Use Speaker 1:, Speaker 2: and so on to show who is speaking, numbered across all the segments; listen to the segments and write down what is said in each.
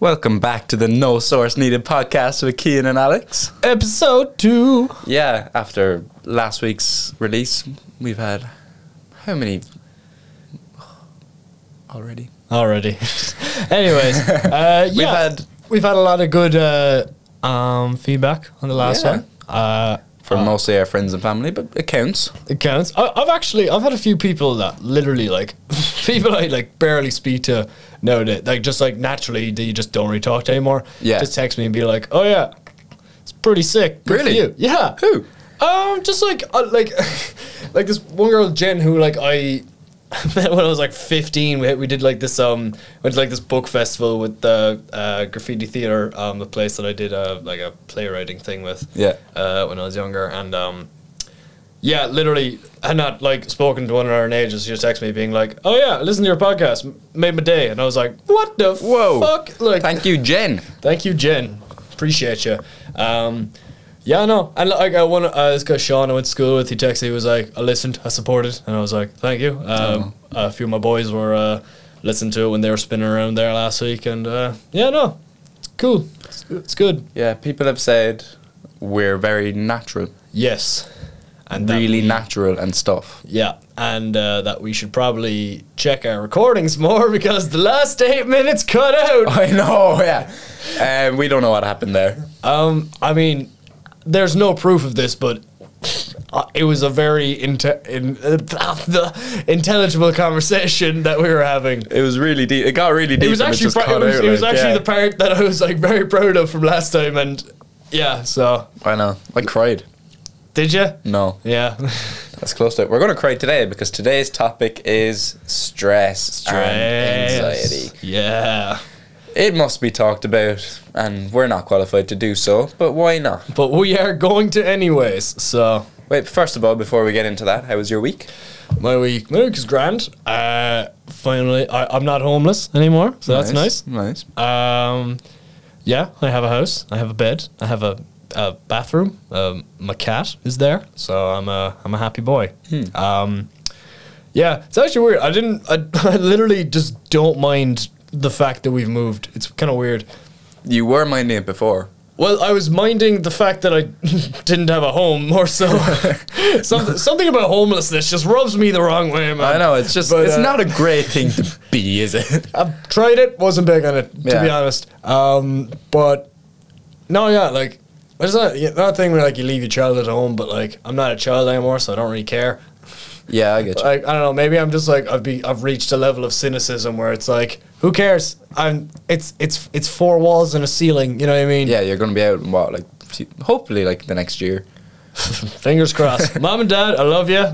Speaker 1: Welcome back to the No Source Needed podcast with Kean and Alex.
Speaker 2: Episode two.
Speaker 1: Yeah, after last week's release, we've had how many already?
Speaker 2: Already. Anyways, uh, yeah,
Speaker 1: We've had
Speaker 2: we've had a lot of good uh, um, feedback on the last
Speaker 1: Yeah.
Speaker 2: one. Uh,
Speaker 1: from mostly our friends and family, but it counts.
Speaker 2: it counts. I, I've actually I've had a few people that literally like people I like barely speak to nowadays. Like just like naturally that you just don't really talk to anymore.
Speaker 1: Yeah.
Speaker 2: Just text me and be like, oh yeah, it's pretty sick. Good for
Speaker 1: Really?
Speaker 2: you." Yeah.
Speaker 1: Who?
Speaker 2: Um, just like uh, like like this one girl, Jen, who like I met when I was like fifteen. We, we did like this um went to like this book festival with the uh, graffiti theater, um, the place that I did uh like a playwriting thing with.
Speaker 1: Yeah.
Speaker 2: Uh, when I was younger, and um, yeah, literally had not like spoken to one another in ages. She just texted me being like, "Oh yeah, listen to your podcast, M- made my day," and I was like, "What the
Speaker 1: Whoa.
Speaker 2: fuck?" Like,
Speaker 1: Thank you, Jen.
Speaker 2: Thank you, Jen. Appreciate you. Um, yeah, no, and like I want uh, this guy Sean I went to school with. He texted. He was like, "I listened, I supported," and I was like, "Thank you." Um, A few of my boys were uh, listening to it when they were spinning around there last week, and uh, yeah, no, it's cool. It's, it's good.
Speaker 1: Yeah, people have said we're very natural,
Speaker 2: Yes, and that
Speaker 1: really
Speaker 2: we-
Speaker 1: natural and stuff.
Speaker 2: Yeah, and uh, that we should probably check our recordings more because the last eight minutes cut out.
Speaker 1: I know, yeah. Um, we don't know what happened there.
Speaker 2: Um, I mean, there's no proof of inte- in- uh, this, but it was a very intelligible conversation that we were having.
Speaker 1: It was really deep. It got really deep.
Speaker 2: It was
Speaker 1: and
Speaker 2: actually
Speaker 1: just cut
Speaker 2: it was,
Speaker 1: out,
Speaker 2: it was
Speaker 1: like,
Speaker 2: actually
Speaker 1: yeah.
Speaker 2: the part that I was like very proud of from last time, and yeah. So
Speaker 1: I know. I cried.
Speaker 2: did you?
Speaker 1: No,
Speaker 2: Yeah,
Speaker 1: that's close to it. We're going to cry today because today's topic is stress, and anxiety.
Speaker 2: Yeah,
Speaker 1: It must be talked about, and we're not qualified to do so, but why not?
Speaker 2: but we are going to anyways. So
Speaker 1: Wait, first of all, before we get into that, how was your week?
Speaker 2: my week, my week is grand. Uh, finally, I, I'm not homeless anymore, so that's nice.
Speaker 1: Nice.
Speaker 2: Um, yeah, I have a house. I have a bed. I have a, a bathroom. Um, my cat is there, so I'm a I'm a happy boy. Um, yeah, it's actually weird. I didn't. I, I literally just don't mind the fact that we've moved. It's kind of weird.
Speaker 1: You were minding it before.
Speaker 2: Well, I was minding the fact that I didn't have a home more so. something, something about homelessness just rubs me the wrong way, man.
Speaker 1: I know, it's just,
Speaker 2: But,
Speaker 1: it's
Speaker 2: uh,
Speaker 1: not a great thing to be, is it?
Speaker 2: I've tried it, wasn't big on it, to
Speaker 1: Yeah.
Speaker 2: be honest. Um, but no, yeah, like there's that yeah, that thing where like you leave your child at home, but like I'm not a child anymore, so I don't really care.
Speaker 1: yeah, I get you.
Speaker 2: Like I don't know, maybe I'm just like I've be I've reached a level of cynicism where it's like who cares? I'm it's it's it's four walls and a ceiling. You know what I mean?
Speaker 1: Yeah, you're going to be out in what, like, few- hopefully, like, the next year.
Speaker 2: Fingers crossed. Mom and Dad, I love you.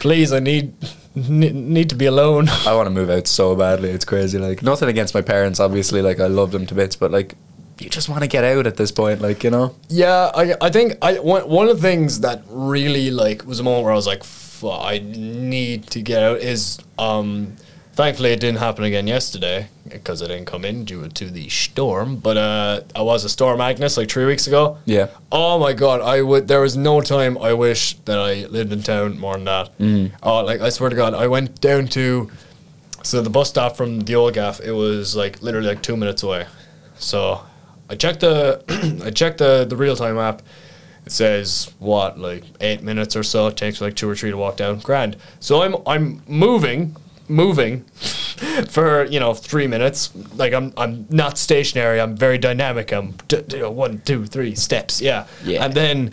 Speaker 2: Please, I need ne- need to be alone.
Speaker 1: I want to move out so badly. It's crazy. Like nothing against my parents, obviously. Like I love them to bits, but like you just want to get out at this point. Like you know.
Speaker 2: Yeah, I, I think I one, one of the things that really like was a moment where I was like, "F- I need to get out is um thankfully it didn't happen again yesterday because I didn't come in due to the storm, but uh I was a storm Agnes like 3 weeks ago.
Speaker 1: Yeah.
Speaker 2: Oh my god, I would there was no time I wish that I lived in town more than that. Oh, like I swear to god, I went down to so the bus stop from the old gaff, it was like literally like two minutes away. So I checked the I checked the, the real time app. It says what, like eight minutes or so. It takes like two or three to walk down. Grand. So I'm I'm moving moving for you know three minutes like i'm i'm not stationary i'm very dynamic i'm d- d- one two three steps yeah
Speaker 1: Yeah.
Speaker 2: and then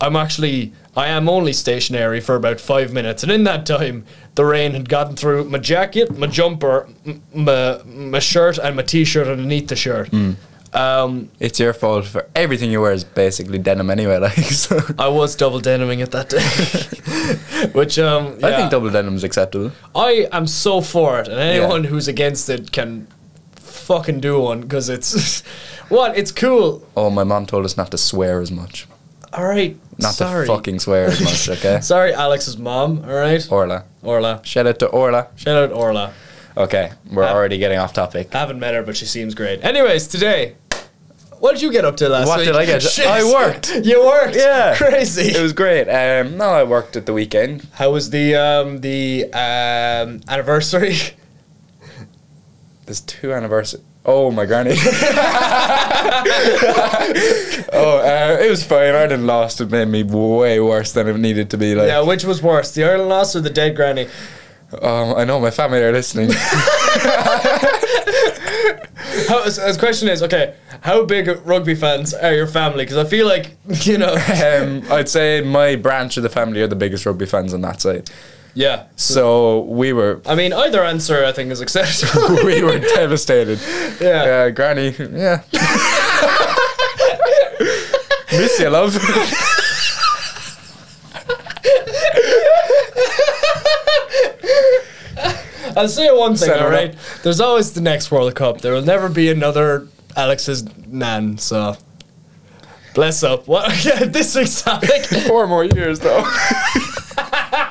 Speaker 2: i'm actually i am only stationary for about five minutes and in that time the rain had gotten through my jacket my jumper m- my, my shirt and my t-shirt underneath the shirt
Speaker 1: Hmm.
Speaker 2: um
Speaker 1: It's your fault for everything you wear is basically denim anyway. Like so.
Speaker 2: I was double deniming it that day, which um,
Speaker 1: I
Speaker 2: yeah.
Speaker 1: think double denim's acceptable.
Speaker 2: I am so for it, and anyone
Speaker 1: Yeah.
Speaker 2: who's against it can fucking do one because it's what it's cool.
Speaker 1: Oh, my mom told us not to swear as much,
Speaker 2: All right,
Speaker 1: not
Speaker 2: sorry,
Speaker 1: to fucking swear as much. Okay,
Speaker 2: sorry, Alex's mom. All right,
Speaker 1: Orla.
Speaker 2: Orla,
Speaker 1: Shout out to Orla.
Speaker 2: shout out Orla.
Speaker 1: Okay, we're
Speaker 2: Uh,
Speaker 1: already getting off topic.
Speaker 2: I haven't met her, but she seems great. Anyways, today, what did you get up to last
Speaker 1: What
Speaker 2: week?
Speaker 1: did I get?
Speaker 2: Shit.
Speaker 1: I worked.
Speaker 2: you worked.
Speaker 1: Yeah.
Speaker 2: crazy.
Speaker 1: It was great. Um, no, I worked at the weekend.
Speaker 2: How was the um the um anniversary?
Speaker 1: there's two anniversary. Oh my granny. oh, uh, it was fine. Ireland lost. It made me way worse than it needed to be. Like,
Speaker 2: Yeah, which was worse, the Ireland loss or the dead granny?
Speaker 1: um, I know my family are listening.
Speaker 2: How, so the question is, okay, how big rugby fans are your family? Because I feel like you know,
Speaker 1: um, I'd say my branch of the family are the biggest rugby fans on that side.
Speaker 2: yeah.
Speaker 1: So we were
Speaker 2: I mean, either answer I think is acceptable.
Speaker 1: we were devastated.
Speaker 2: Yeah.
Speaker 1: Uh, granny, yeah. Miss you, love.
Speaker 2: I'll say one thing,
Speaker 1: Set her
Speaker 2: all right? There's always the next World Cup. There will never be another Alex's nan. So bless up. What? Yeah, this exotic.
Speaker 1: Four more years, though.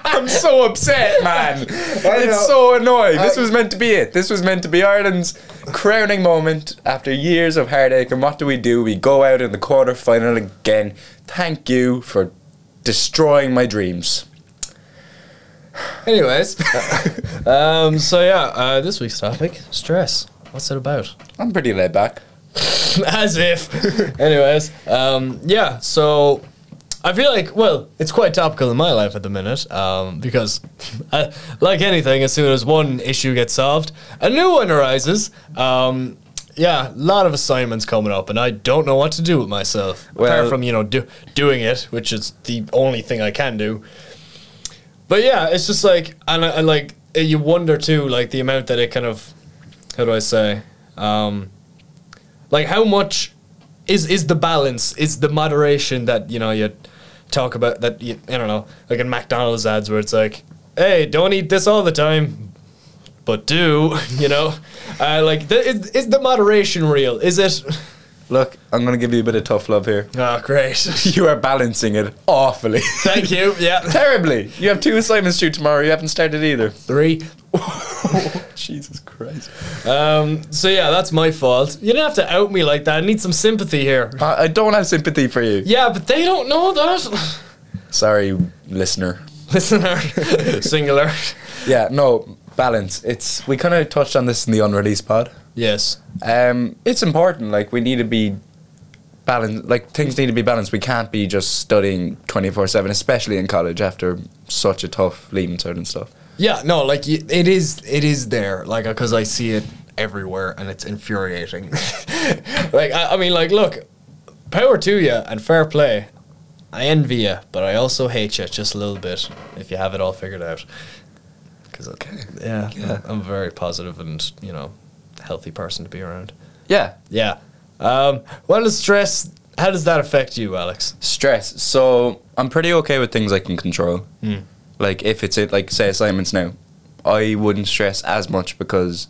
Speaker 1: I'm so upset, man.
Speaker 2: know.
Speaker 1: It's so annoying. This was meant to be it. This was meant to be Ireland's crowning moment after years of heartache. And what do we do? We go out in the quarter final again. Thank you for destroying my dreams.
Speaker 2: Anyways, um, so yeah, uh, this week's topic: stress. What's it about?
Speaker 1: I'm pretty laid back.
Speaker 2: As if. Anyways, um, yeah, so I feel like, well, it's quite topical in my life at the minute um, because, uh, like anything, as soon as one issue gets solved, a new one arises. Um, yeah, a lot of assignments coming up, and I don't know what to do with myself. apart
Speaker 1: Well-
Speaker 2: from, you know, do, doing it, which is the only thing I can do. But yeah, it's just like, and, I, and like, you wonder too, like, the amount that it kind of, how do I say? Um, like how much is is the balance is the moderation that you know you talk about that you, i don't know like in mcdonald's ads where it's like hey don't eat this all the time but do you know uh, like the, is, is the moderation real is it
Speaker 1: Look, I'm going to give you a bit of tough love here.
Speaker 2: oh great
Speaker 1: You are balancing it awfully.
Speaker 2: thank you yeah
Speaker 1: Terribly. You have two assignments due tomorrow. You haven't started either.
Speaker 2: three
Speaker 1: Oh, Jesus Christ.
Speaker 2: um so yeah that's my fault you don't have to out me like that i need some sympathy here
Speaker 1: I, I don't have sympathy for you.
Speaker 2: yeah but they don't know that
Speaker 1: Sorry, listener.
Speaker 2: listener singular
Speaker 1: Yeah, no, balance. It's we kind of touched on this in the unreleased pod.
Speaker 2: yes
Speaker 1: Um, it's important. Like we need to be balanced. Like things need to be balanced. We can't be just studying twenty four seven, especially in college after such a tough leaving cert and stuff.
Speaker 2: Yeah, no, like y- it is, it is there, like because I see it everywhere, and it's infuriating. like I, I mean, like look, power to you and fair play. I envy you, but I also hate you just a little bit if you have it all figured out. Because yeah,
Speaker 1: Yeah.
Speaker 2: I'm a very positive and you know healthy person to be around.
Speaker 1: Yeah,
Speaker 2: Yeah. Um, what does stress? How does that affect you, Alex?
Speaker 1: stress. So I'm pretty okay with things I can control. Like if it's it, like say assignments now, I wouldn't stress as much because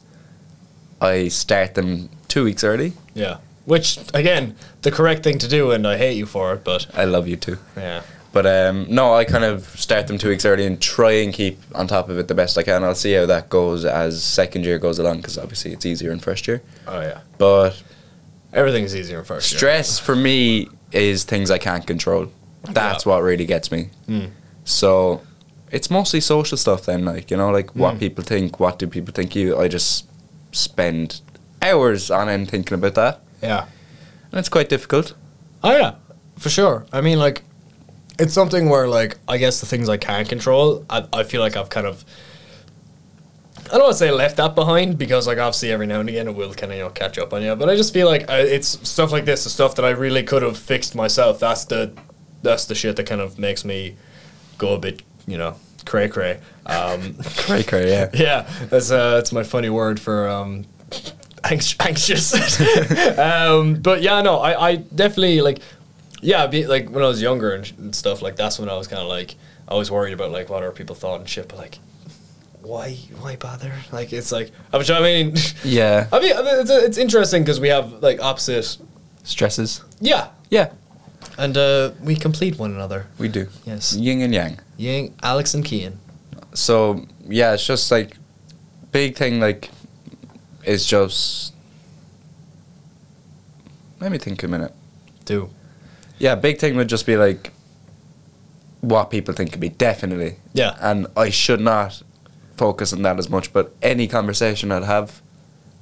Speaker 1: I start them two weeks early.
Speaker 2: Yeah. Which again, the correct thing to do, and I hate you for it, but
Speaker 1: I love you too.
Speaker 2: yeah.
Speaker 1: But um, no, I kind of start them two weeks early and try and keep on top of it the best I can. I'll see how that goes as second year goes along because obviously it's easier in first year.
Speaker 2: Oh yeah.
Speaker 1: But
Speaker 2: Everything's easier in first year.
Speaker 1: stress for me is things I can't control. That's what really gets me. So it's mostly social stuff then, like, you know, like what people think, what do people think you. I just spend hours on end thinking about that.
Speaker 2: Yeah.
Speaker 1: And it's quite difficult.
Speaker 2: Oh yeah, for sure. I mean, like, it's something where like I guess the things I can control, I, I feel like I've kind of. I don't want to say left that behind because, like, obviously every now and again it will kind of you know catch up on you. But I just feel like uh, it's stuff like this, the stuff that I really could have fixed myself. That's the, that's the shit that kind of makes me go a bit, you know, cray cray. Um,
Speaker 1: Cray cray, yeah.
Speaker 2: Yeah, that's uh, that's my funny word for um, anx- anxious. um, but yeah, no, I, I definitely like, yeah, be, like when I was younger and, sh- and stuff, like that's when I was kind of like, I was worried about like what other people thought and shit, but like, why, why bother? Like, it's like, I'm sure- I mean,
Speaker 1: Yeah.
Speaker 2: I mean, I mean, it's, it's interesting because we have like opposite,
Speaker 1: Stresses.
Speaker 2: yeah,
Speaker 1: Yeah,
Speaker 2: and uh, we complete one another.
Speaker 1: we do.
Speaker 2: Yes,
Speaker 1: Yin and yang.
Speaker 2: Yang, Alex, and Kian.
Speaker 1: so yeah, it's just like big thing like is just let me think a minute.
Speaker 2: Do
Speaker 1: Yeah, big thing would just be like what people think of me, definitely.
Speaker 2: Yeah.
Speaker 1: And I should not focus on that as much, but any conversation I'd have,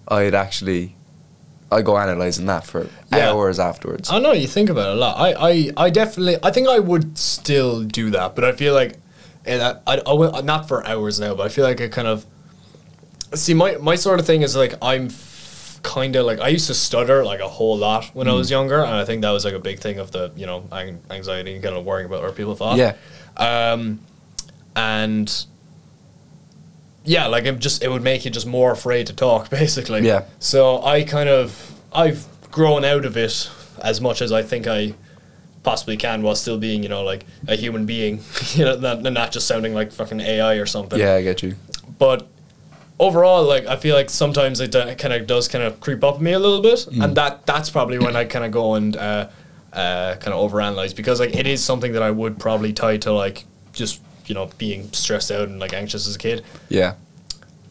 Speaker 1: I'd actually, I go analysing that for
Speaker 2: Yeah. Uh,
Speaker 1: hours afterwards.
Speaker 2: I know you think about it a lot. I, I, I definitely, I think I would still do that, but I feel like, and I, I, I will, not for hours now, but I feel like I kind of, see, my, my sort of thing is like, I'm f- kind of like, I used to stutter like a whole lot when I was younger, and I think that was like a big thing of the, you know, ang- anxiety and kind of worrying about what people thought.
Speaker 1: yeah,
Speaker 2: Um, And, yeah, like it just, it would make you just more afraid to talk, basically.
Speaker 1: Yeah.
Speaker 2: So I kind of, I've grown out of it as much as I think I possibly can while still being, you know, like a human being, you know, not, not just sounding like fucking AI or something.
Speaker 1: yeah, I get you.
Speaker 2: But overall, like, I feel like sometimes it kind of does kind of creep up on me a little bit. And that that's probably when I kind of go and uh, uh, kind of overanalyze because, like, it is something that I would probably tie to, like, just, you know, being stressed out and, like, anxious as a kid.
Speaker 1: Yeah,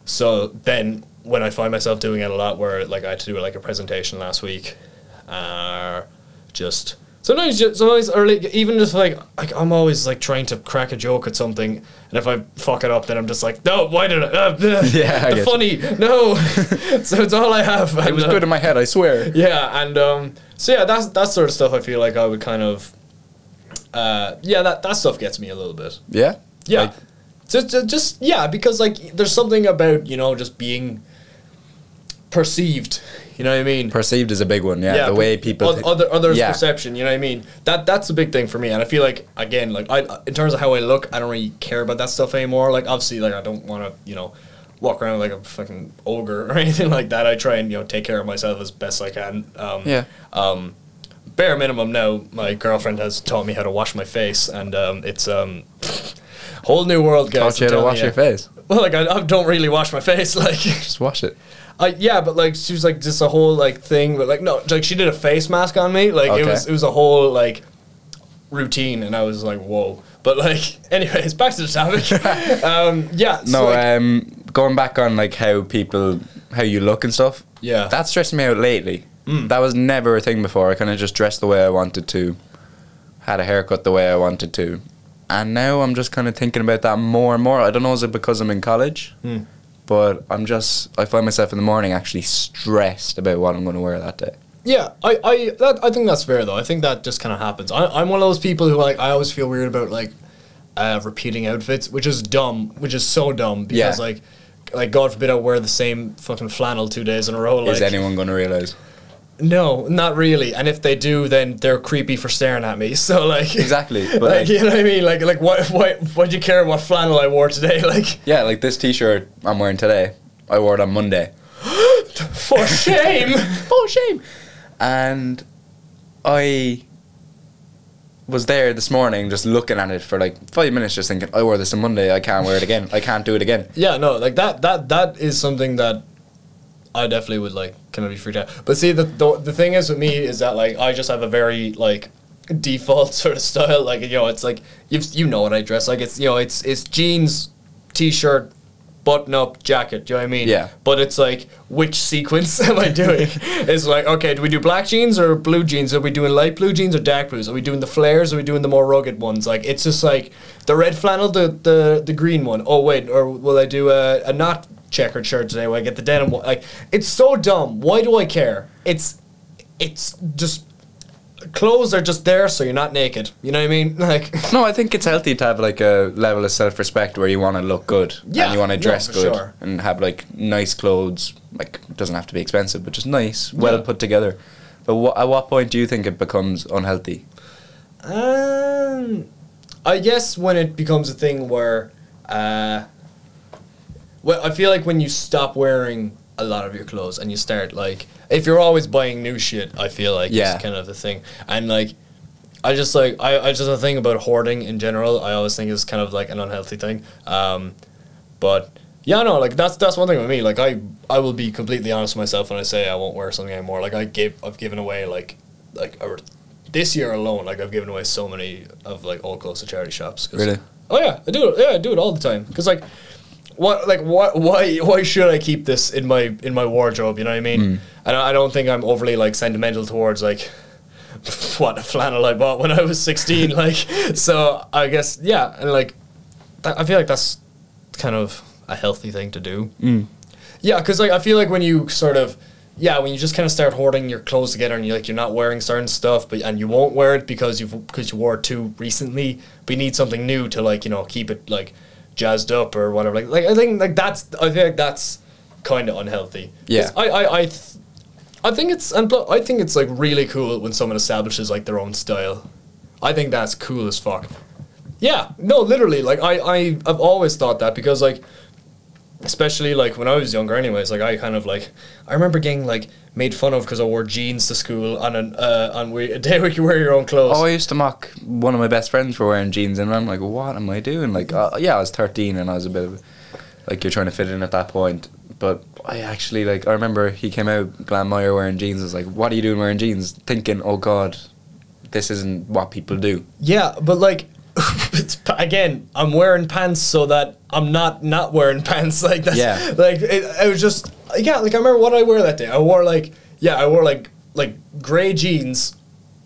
Speaker 2: So then, when I find myself doing it a lot, where like I had to do like a presentation last week, uh, just sometimes, just, sometimes early, even just like like I'm always like trying to crack a joke at something, and if I fuck it up, then I'm just like, no, why did I? Uh, bleh,
Speaker 1: Yeah, I
Speaker 2: the
Speaker 1: get
Speaker 2: funny, no. so it's all I have. uh,
Speaker 1: it was good in my head. I swear.
Speaker 2: Yeah, and um, so yeah, that's that sort of stuff. I feel like I would kind of, uh, yeah, that that stuff gets me a little bit.
Speaker 1: Yeah,
Speaker 2: Yeah.
Speaker 1: Like,
Speaker 2: just, just, just- yeah, because like there's something about you know just being perceived. You know what I mean?
Speaker 1: perceived is a big one. Yeah, the
Speaker 2: pe-
Speaker 1: way people.
Speaker 2: oth-
Speaker 1: thi-
Speaker 2: other others'
Speaker 1: yeah.
Speaker 2: perception. You know what I mean? That that's a big thing for me, and I feel like again, like I in terms of how I look, I don't really care about that stuff anymore. Like obviously, like I don't want to you know walk around like a fucking ogre or anything like that. I try and you know take care of myself as best I can. Um,
Speaker 1: Yeah,
Speaker 2: bare minimum now my girlfriend has taught me how to wash my face and um, it's um whole new world guys
Speaker 1: taught you
Speaker 2: I'm
Speaker 1: how to
Speaker 2: telling
Speaker 1: wash
Speaker 2: ya.
Speaker 1: your face.
Speaker 2: well like I, I don't really wash my face like
Speaker 1: Just wash it.
Speaker 2: I, yeah but like she was like just a whole like thing but like no like she did a face mask on me like it
Speaker 1: Okay.
Speaker 2: was it was a whole like routine and I was like whoa but like anyways back to the topic um yeah so,
Speaker 1: No,
Speaker 2: like,
Speaker 1: um, going back on like how people, how you look and stuff.
Speaker 2: Yeah. Hmm.
Speaker 1: that's stressing me out lately. That was never a thing before. I kind of just dressed the way I wanted to, had a haircut the way I wanted to, and now I'm just kind of thinking about that more and more. I don't know is it because I'm in college,
Speaker 2: Hmm.
Speaker 1: but I'm just I find myself in the morning actually stressed about what I'm going to wear that day.
Speaker 2: Yeah, I, I that I think that's fair though. I think that just kind of happens. I, I'm one of those people who like I always feel weird about like uh, repeating outfits, which is dumb, which is so dumb because
Speaker 1: Yeah.
Speaker 2: like like God forbid I wear the same fucking flannel two days in a row. Like,
Speaker 1: is anyone going to realize?
Speaker 2: No, not really. And if they do, then they're creepy for staring at me. So like
Speaker 1: Exactly, but,
Speaker 2: like,
Speaker 1: like-
Speaker 2: you know what I mean? Like like why why why do you care what flannel I wore today? Like
Speaker 1: Yeah, like this T-shirt I'm wearing today. I wore it on Monday.
Speaker 2: for shame.
Speaker 1: Oh, shame. And I was there this morning just looking at it for like five minutes, just thinking, I wore this on Monday. I can't wear it again. I can't do it again.
Speaker 2: Yeah, no, like that that that is something that I definitely would like kind of be freaked out. But see, the, the the thing is with me is that like I just have a very like default sort of style. Like you know, it's like you you know what I dress like. It's you know, it's it's jeans, t-shirt, button up jacket. Do you know what I mean?
Speaker 1: Yeah.
Speaker 2: But it's like which sequence am I doing? it's like okay, do we do black jeans or blue jeans? Are we doing light blue jeans or dark blues? Are we doing the flares? Or are we doing the more rugged ones? Like it's just like the red flannel, the the the green one. Oh wait, or will I do a, a not checkered shirt today? Will I get the denim one? Like it's so dumb. Why do I care? It's it's just clothes are just there so you're not naked. You know what I mean? Like
Speaker 1: No, I think it's healthy to have like a level of self respect where you want to look good
Speaker 2: Yeah,
Speaker 1: and you want
Speaker 2: no,
Speaker 1: to dress
Speaker 2: for
Speaker 1: good
Speaker 2: sure.
Speaker 1: and have like nice clothes. Like, it doesn't have to be expensive, but just nice, well put together. But wha at what point do you think it becomes unhealthy?
Speaker 2: Um, I guess when it becomes a thing where, uh, well, I feel like when you stop wearing a lot of your clothes and you start like, if you're always buying new shit, I feel like
Speaker 1: Yeah.
Speaker 2: it's kind of the thing. And like, I just like I, I just the thing about hoarding in general. I always think is kind of like an unhealthy thing. Um, but yeah, no, like that's that's one thing with me. Like I I will be completely honest with myself when I say I won't wear something anymore. Like I give I've given away like like or this year alone, like I've given away so many of like old clothes to charity shops. 'cause-
Speaker 1: Really?
Speaker 2: Oh yeah, I do it. Yeah, I do it all the time. Cause like, what like what why why should I keep this in my in my wardrobe? You know what I mean? And I, I don't think I'm overly like sentimental towards like what a flannel I bought when I was 16. like, so I guess yeah, and like, that, I feel like that's kind of a healthy thing to do. Yeah, because like I feel like when you sort of, yeah, when you just kind of start hoarding your clothes together and you like you're not wearing certain stuff, but and you won't wear it because you've because you wore it too recently, but you need something new to like you know keep it like jazzed up or whatever. Like like I think like that's I think that's kind of unhealthy. 'Cause
Speaker 1: Yeah.
Speaker 2: I I I. Th- I think it's and pl- I think it's like really cool when someone establishes like their own style. I think that's cool as fuck. Yeah, no, literally, like I, I I've always thought that because like especially like when I was younger anyways, like I kind of like I remember getting like made fun of because I wore jeans to school on an uh, on we, a day where you wear your own clothes.
Speaker 1: Oh, I used to mock one of my best friends for wearing jeans, and I'm like, what am I doing? Like, uh, yeah, I was 13 and I was a bit of, like, you're trying to fit in at that point. But I actually, like, I remember he came out, Glenn Meyer, wearing jeans. I was like, what are you doing wearing jeans? Thinking, oh, God, this isn't what people do.
Speaker 2: Yeah, but like it's, pa- again, I'm wearing pants so that I'm not not wearing pants like that.
Speaker 1: Yeah.
Speaker 2: Like it, it was just yeah, like I remember what I wore that day. I wore like yeah, I wore like like gray jeans,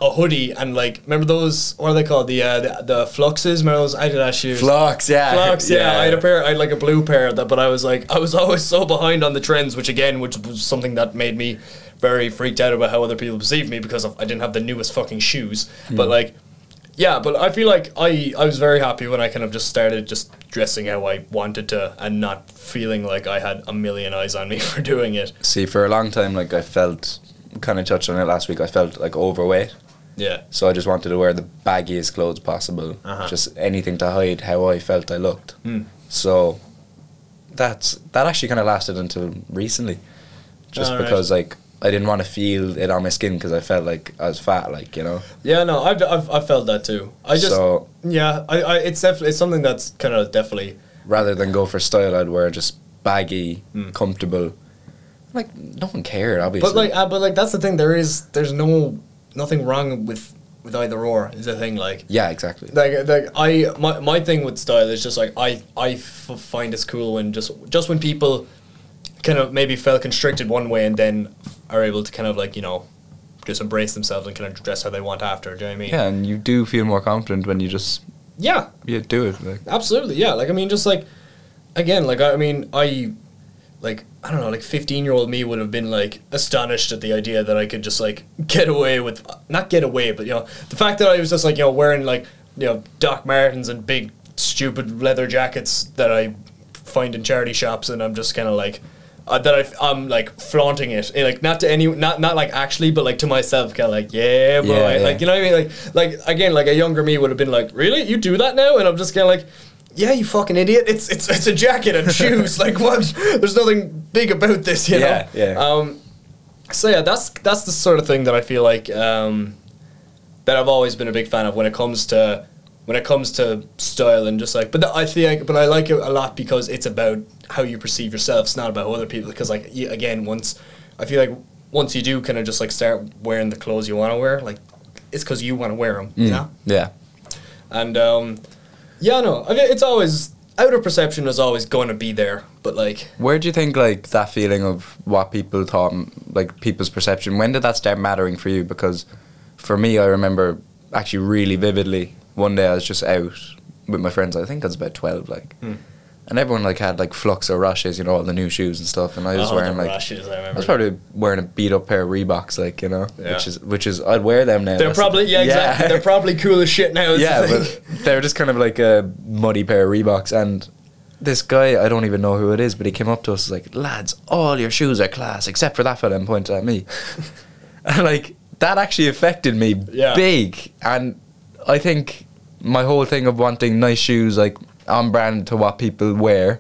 Speaker 2: a hoodie and like remember those what are they called? The uh, the, the fluxes, remember those Adidas shoes?
Speaker 1: Flux, yeah.
Speaker 2: Flux, yeah. I had a pair. I had like a blue pair of that, but I was like, I was always so behind on the trends, which again, which was something that made me very freaked out about how other people perceived me because of, I didn't have the newest fucking shoes. But like, yeah, but I feel like I I was very happy when I kind of just started just dressing how I wanted to and not feeling like I had a million eyes on me for doing it.
Speaker 1: See, for a long time, like, I felt, kind of touched on it last week, I felt, like, overweight.
Speaker 2: Yeah.
Speaker 1: So I just wanted to wear the baggiest clothes possible,
Speaker 2: Uh-huh.
Speaker 1: just anything to hide how I felt I looked.
Speaker 2: Mm.
Speaker 1: So that's that actually kind of lasted until recently, just
Speaker 2: Alright.
Speaker 1: because like I didn't want to feel it on my skin because I felt like I was fat, like you know.
Speaker 2: Yeah, no, I've, I've, i felt that too. I just,
Speaker 1: so
Speaker 2: yeah, I, I, it's definitely, it's something that's kind of definitely,
Speaker 1: rather than go for style, I'd wear just baggy, comfortable. Like no one cared, obviously.
Speaker 2: Hmm. But like, uh, but like, that's the thing. There is, there's no, nothing wrong with with either or. Is the thing like,
Speaker 1: yeah, exactly.
Speaker 2: like, like I, my, my thing with style is just like I, I f- find it's cool when just, just when people, kind of maybe felt constricted one way and then are able to kind of like you know, just embrace themselves and kind of dress how they want after. Do you know what I mean?
Speaker 1: yeah, and you do feel more confident when you just
Speaker 2: Yeah.
Speaker 1: you do it. Like
Speaker 2: Absolutely, yeah. Like I mean, just like again, like I, I mean, I like I don't know, like fifteen year old me would have been like astonished at the idea that I could just like get away with not get away, but you know, the fact that I was just like you know wearing like you know Doc Martens and big stupid leather jackets that I find in charity shops, and I'm just kind of like. Uh, that I, I'm like flaunting it, Eh, like not to any, not not like actually, but like to myself, kind of like, yeah, boy,
Speaker 1: Yeah, yeah.
Speaker 2: like you know what I mean? Like, like again, like a younger me would have been like, "Really, you do that now?" And I'm just kind of like, "Yeah, you fucking idiot! It's it's it's a jacket and shoes. like, what? There's nothing big about this, you
Speaker 1: Yeah,
Speaker 2: know."
Speaker 1: yeah.
Speaker 2: Um, so yeah, that's that's the sort of thing that I feel like um, that I've always been a big fan of when it comes to when it comes to style and just like, but I think, but I like it a lot because it's about how you perceive yourself. It's not about other people because like you, again, once I feel like once you do kind of just like start wearing the clothes you want to wear, like it's because you want to wear them,
Speaker 1: Mm.
Speaker 2: you know.
Speaker 1: yeah,
Speaker 2: And um, yeah, no, I mean, it's always outer perception is always going to be there, but like
Speaker 1: Where do you think like that feeling of what people thought, like people's perception? When did that start mattering for you? Because for me, I remember actually really vividly. One day I was just out with my friends. I think I was about twelve, like,
Speaker 2: Hmm.
Speaker 1: and everyone like had like flux or rushes, you know, all the new shoes and stuff. And I was
Speaker 2: oh, the
Speaker 1: wearing like
Speaker 2: rashes, I
Speaker 1: I
Speaker 2: remember.
Speaker 1: was probably wearing a beat up pair of Reeboks, like you know,
Speaker 2: Yeah.
Speaker 1: which is which is I'd wear them now.
Speaker 2: they're
Speaker 1: That's the-
Speaker 2: probably yeah, exactly. They're probably cool as shit now. is the
Speaker 1: yeah,
Speaker 2: thing.
Speaker 1: but they're just kind of like a muddy pair of Reeboks. And this guy, I don't even know who it is, but he came up to us like, lads, all your shoes are class except for that fella and pointed at me. and like, that actually affected me
Speaker 2: Yeah.
Speaker 1: big. And I think my whole thing of wanting nice shoes, like on brand to what people wear.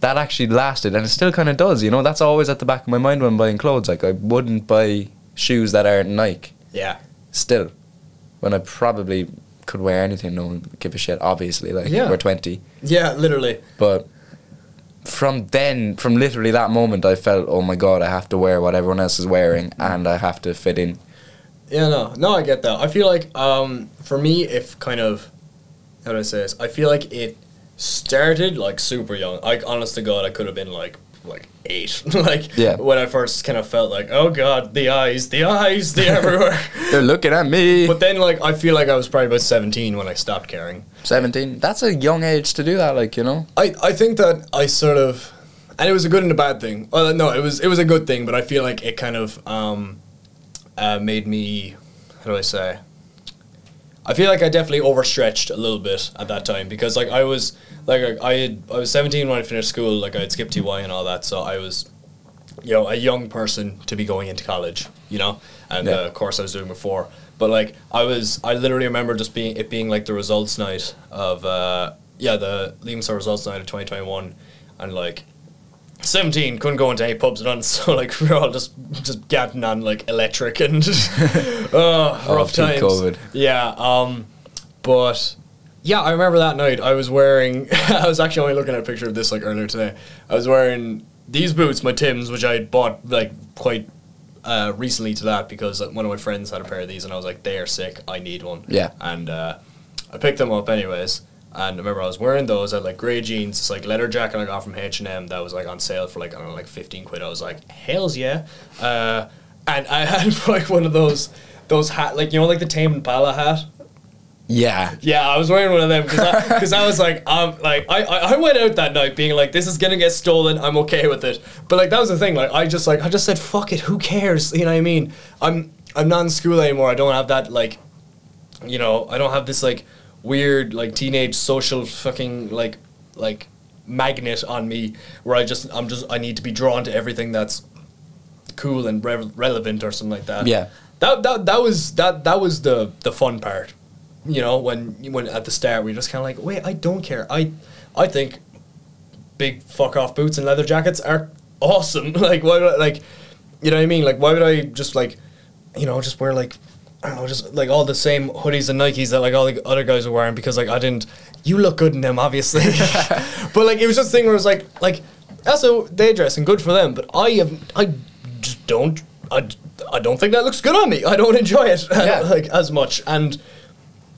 Speaker 1: That actually lasted, and it still kind of does. You know, that's always at the back of my mind when buying clothes. Like, I wouldn't buy shoes that aren't Nike
Speaker 2: yeah,
Speaker 1: still when I probably could wear anything no one would give a shit obviously like
Speaker 2: Yeah.
Speaker 1: we're 20
Speaker 2: yeah, literally.
Speaker 1: but from then from literally that moment I felt oh my god I have to wear what everyone else is wearing and I have to fit in
Speaker 2: Yeah, no, no, I get that. I feel like um, for me, if kind of how do I say this? I feel like it started like super young. Like, honest to God, I could have been like like eight. like
Speaker 1: Yeah.
Speaker 2: when I first kind of felt like, oh God, the eyes, the eyes, they're everywhere.
Speaker 1: they're looking at me
Speaker 2: But then, like, I feel like I was probably about seventeen when I stopped caring.
Speaker 1: 17 that's a young age to do that like you know
Speaker 2: I, I think that I sort of, and it was a good and a bad thing. Well, no, it was it was a good thing, but I feel like it kind of um, uh, made me. How do I say? I feel like I definitely overstretched a little bit at that time because like I was like I had, I was seventeen when I finished school. Like I had skipped TY and all that, so I was you know, a young person to be going into college, you know, and
Speaker 1: Yeah.
Speaker 2: uh, of course I was doing before. But like I was, I literally remember just being it being like the results night of uh, yeah the leaving cert results night of twenty twenty one, and like seventeen couldn't go into any pubs and none, so like we were all just just getting on like electric and uh,
Speaker 1: Oh,
Speaker 2: rough
Speaker 1: peak
Speaker 2: times.
Speaker 1: COVID.
Speaker 2: Yeah, um, but yeah, I remember that night. I was wearing. I was actually only looking at a picture of this like earlier today. I was wearing these boots, my Tims, which I had bought like quite uh, recently to that because like, one of my friends had a pair of these, and I was like, they are sick. I need one.
Speaker 1: Yeah.
Speaker 2: And uh, I picked them up anyways. And I remember I was wearing those. I had like grey jeans, this like leather jacket I got from H and M that was like on sale for like I don't know, like fifteen quid. I was like, hell's yeah! Uh, and I had like one of those those hat, like you know, like the Tame Impala hat.
Speaker 1: Yeah.
Speaker 2: Yeah, I was wearing one of them because I, was like, um, like I, I, I went out that night being like, this is gonna get stolen. I'm okay with it. But like that was the thing. Like I just like I just said, fuck it. Who cares? You know what I mean? I'm I'm not in school anymore. I don't have that like, you know, I don't have this like weird like teenage social fucking like like magnet on me where I just I'm just I need to be drawn to everything that's cool and re- relevant or something like that.
Speaker 1: Yeah.
Speaker 2: That, that that was that that was the the fun part you know, when when at the start we are just kind of like, wait, I don't care. I I think big fuck off boots and leather jackets are awesome. like why would I, like you know what I mean? Like why would I just like you know just wear like I don't know just like all the same hoodies and Nikes that like all the other guys were wearing because like I didn't. You look good in them, obviously, but like it was just a thing where it was like like that's a day dress and good for them, but I have I just don't I. I don't think that looks good on me. I don't enjoy it
Speaker 1: Yeah.
Speaker 2: like as much. And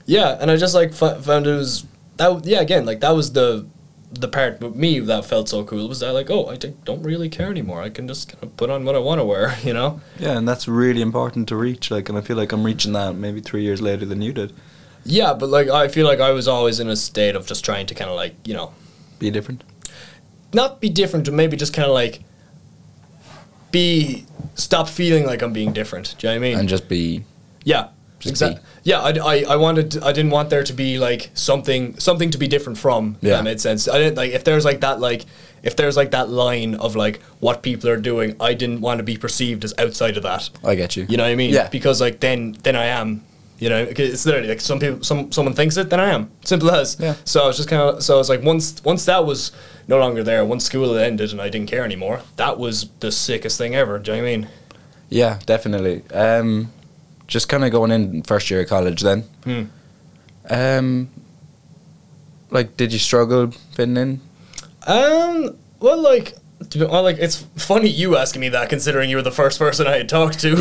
Speaker 2: yeah, and I just like f- found it was that. Yeah, again, like that was the the part with me that felt so cool was that like oh I d- don't really care anymore. I can just kind of put on what I want to wear, you know.
Speaker 1: Yeah, and that's really important to reach. Like, and I feel like I'm reaching that maybe three years later than you did.
Speaker 2: Yeah, but like I feel like I was always in a state of just trying to kind of like you know
Speaker 1: Be different.
Speaker 2: not be different, but maybe just kind of like be stop feeling like I'm being different. Do you know what I mean?
Speaker 1: And just be.
Speaker 2: Yeah.
Speaker 1: Just
Speaker 2: exactly.
Speaker 1: be.
Speaker 2: Yeah, I, I, I wanted I didn't want there to be like something something to be different from. Yeah,
Speaker 1: Yeah.
Speaker 2: that made sense. I didn't like if there's like that like if there's like that line of like what people are doing. I didn't want to be perceived as outside of that.
Speaker 1: I get you.
Speaker 2: You know what I mean?
Speaker 1: Yeah.
Speaker 2: Because like then then I am. You know, 'cause it's literally like some people, some someone thinks it, then I am. Simple as.
Speaker 1: Yeah.
Speaker 2: So I was just kind of so I was like once once that was no longer there, once school had ended and I didn't care anymore. That was the sickest thing ever. Do you know what I mean?
Speaker 1: Yeah, definitely. Um, just kind of going in first year of college then.
Speaker 2: Hmm.
Speaker 1: Um, like, did you struggle fitting in?
Speaker 2: Um. Well, like, to be, well, like it's funny you asking me that, considering you were the first person I had talked to.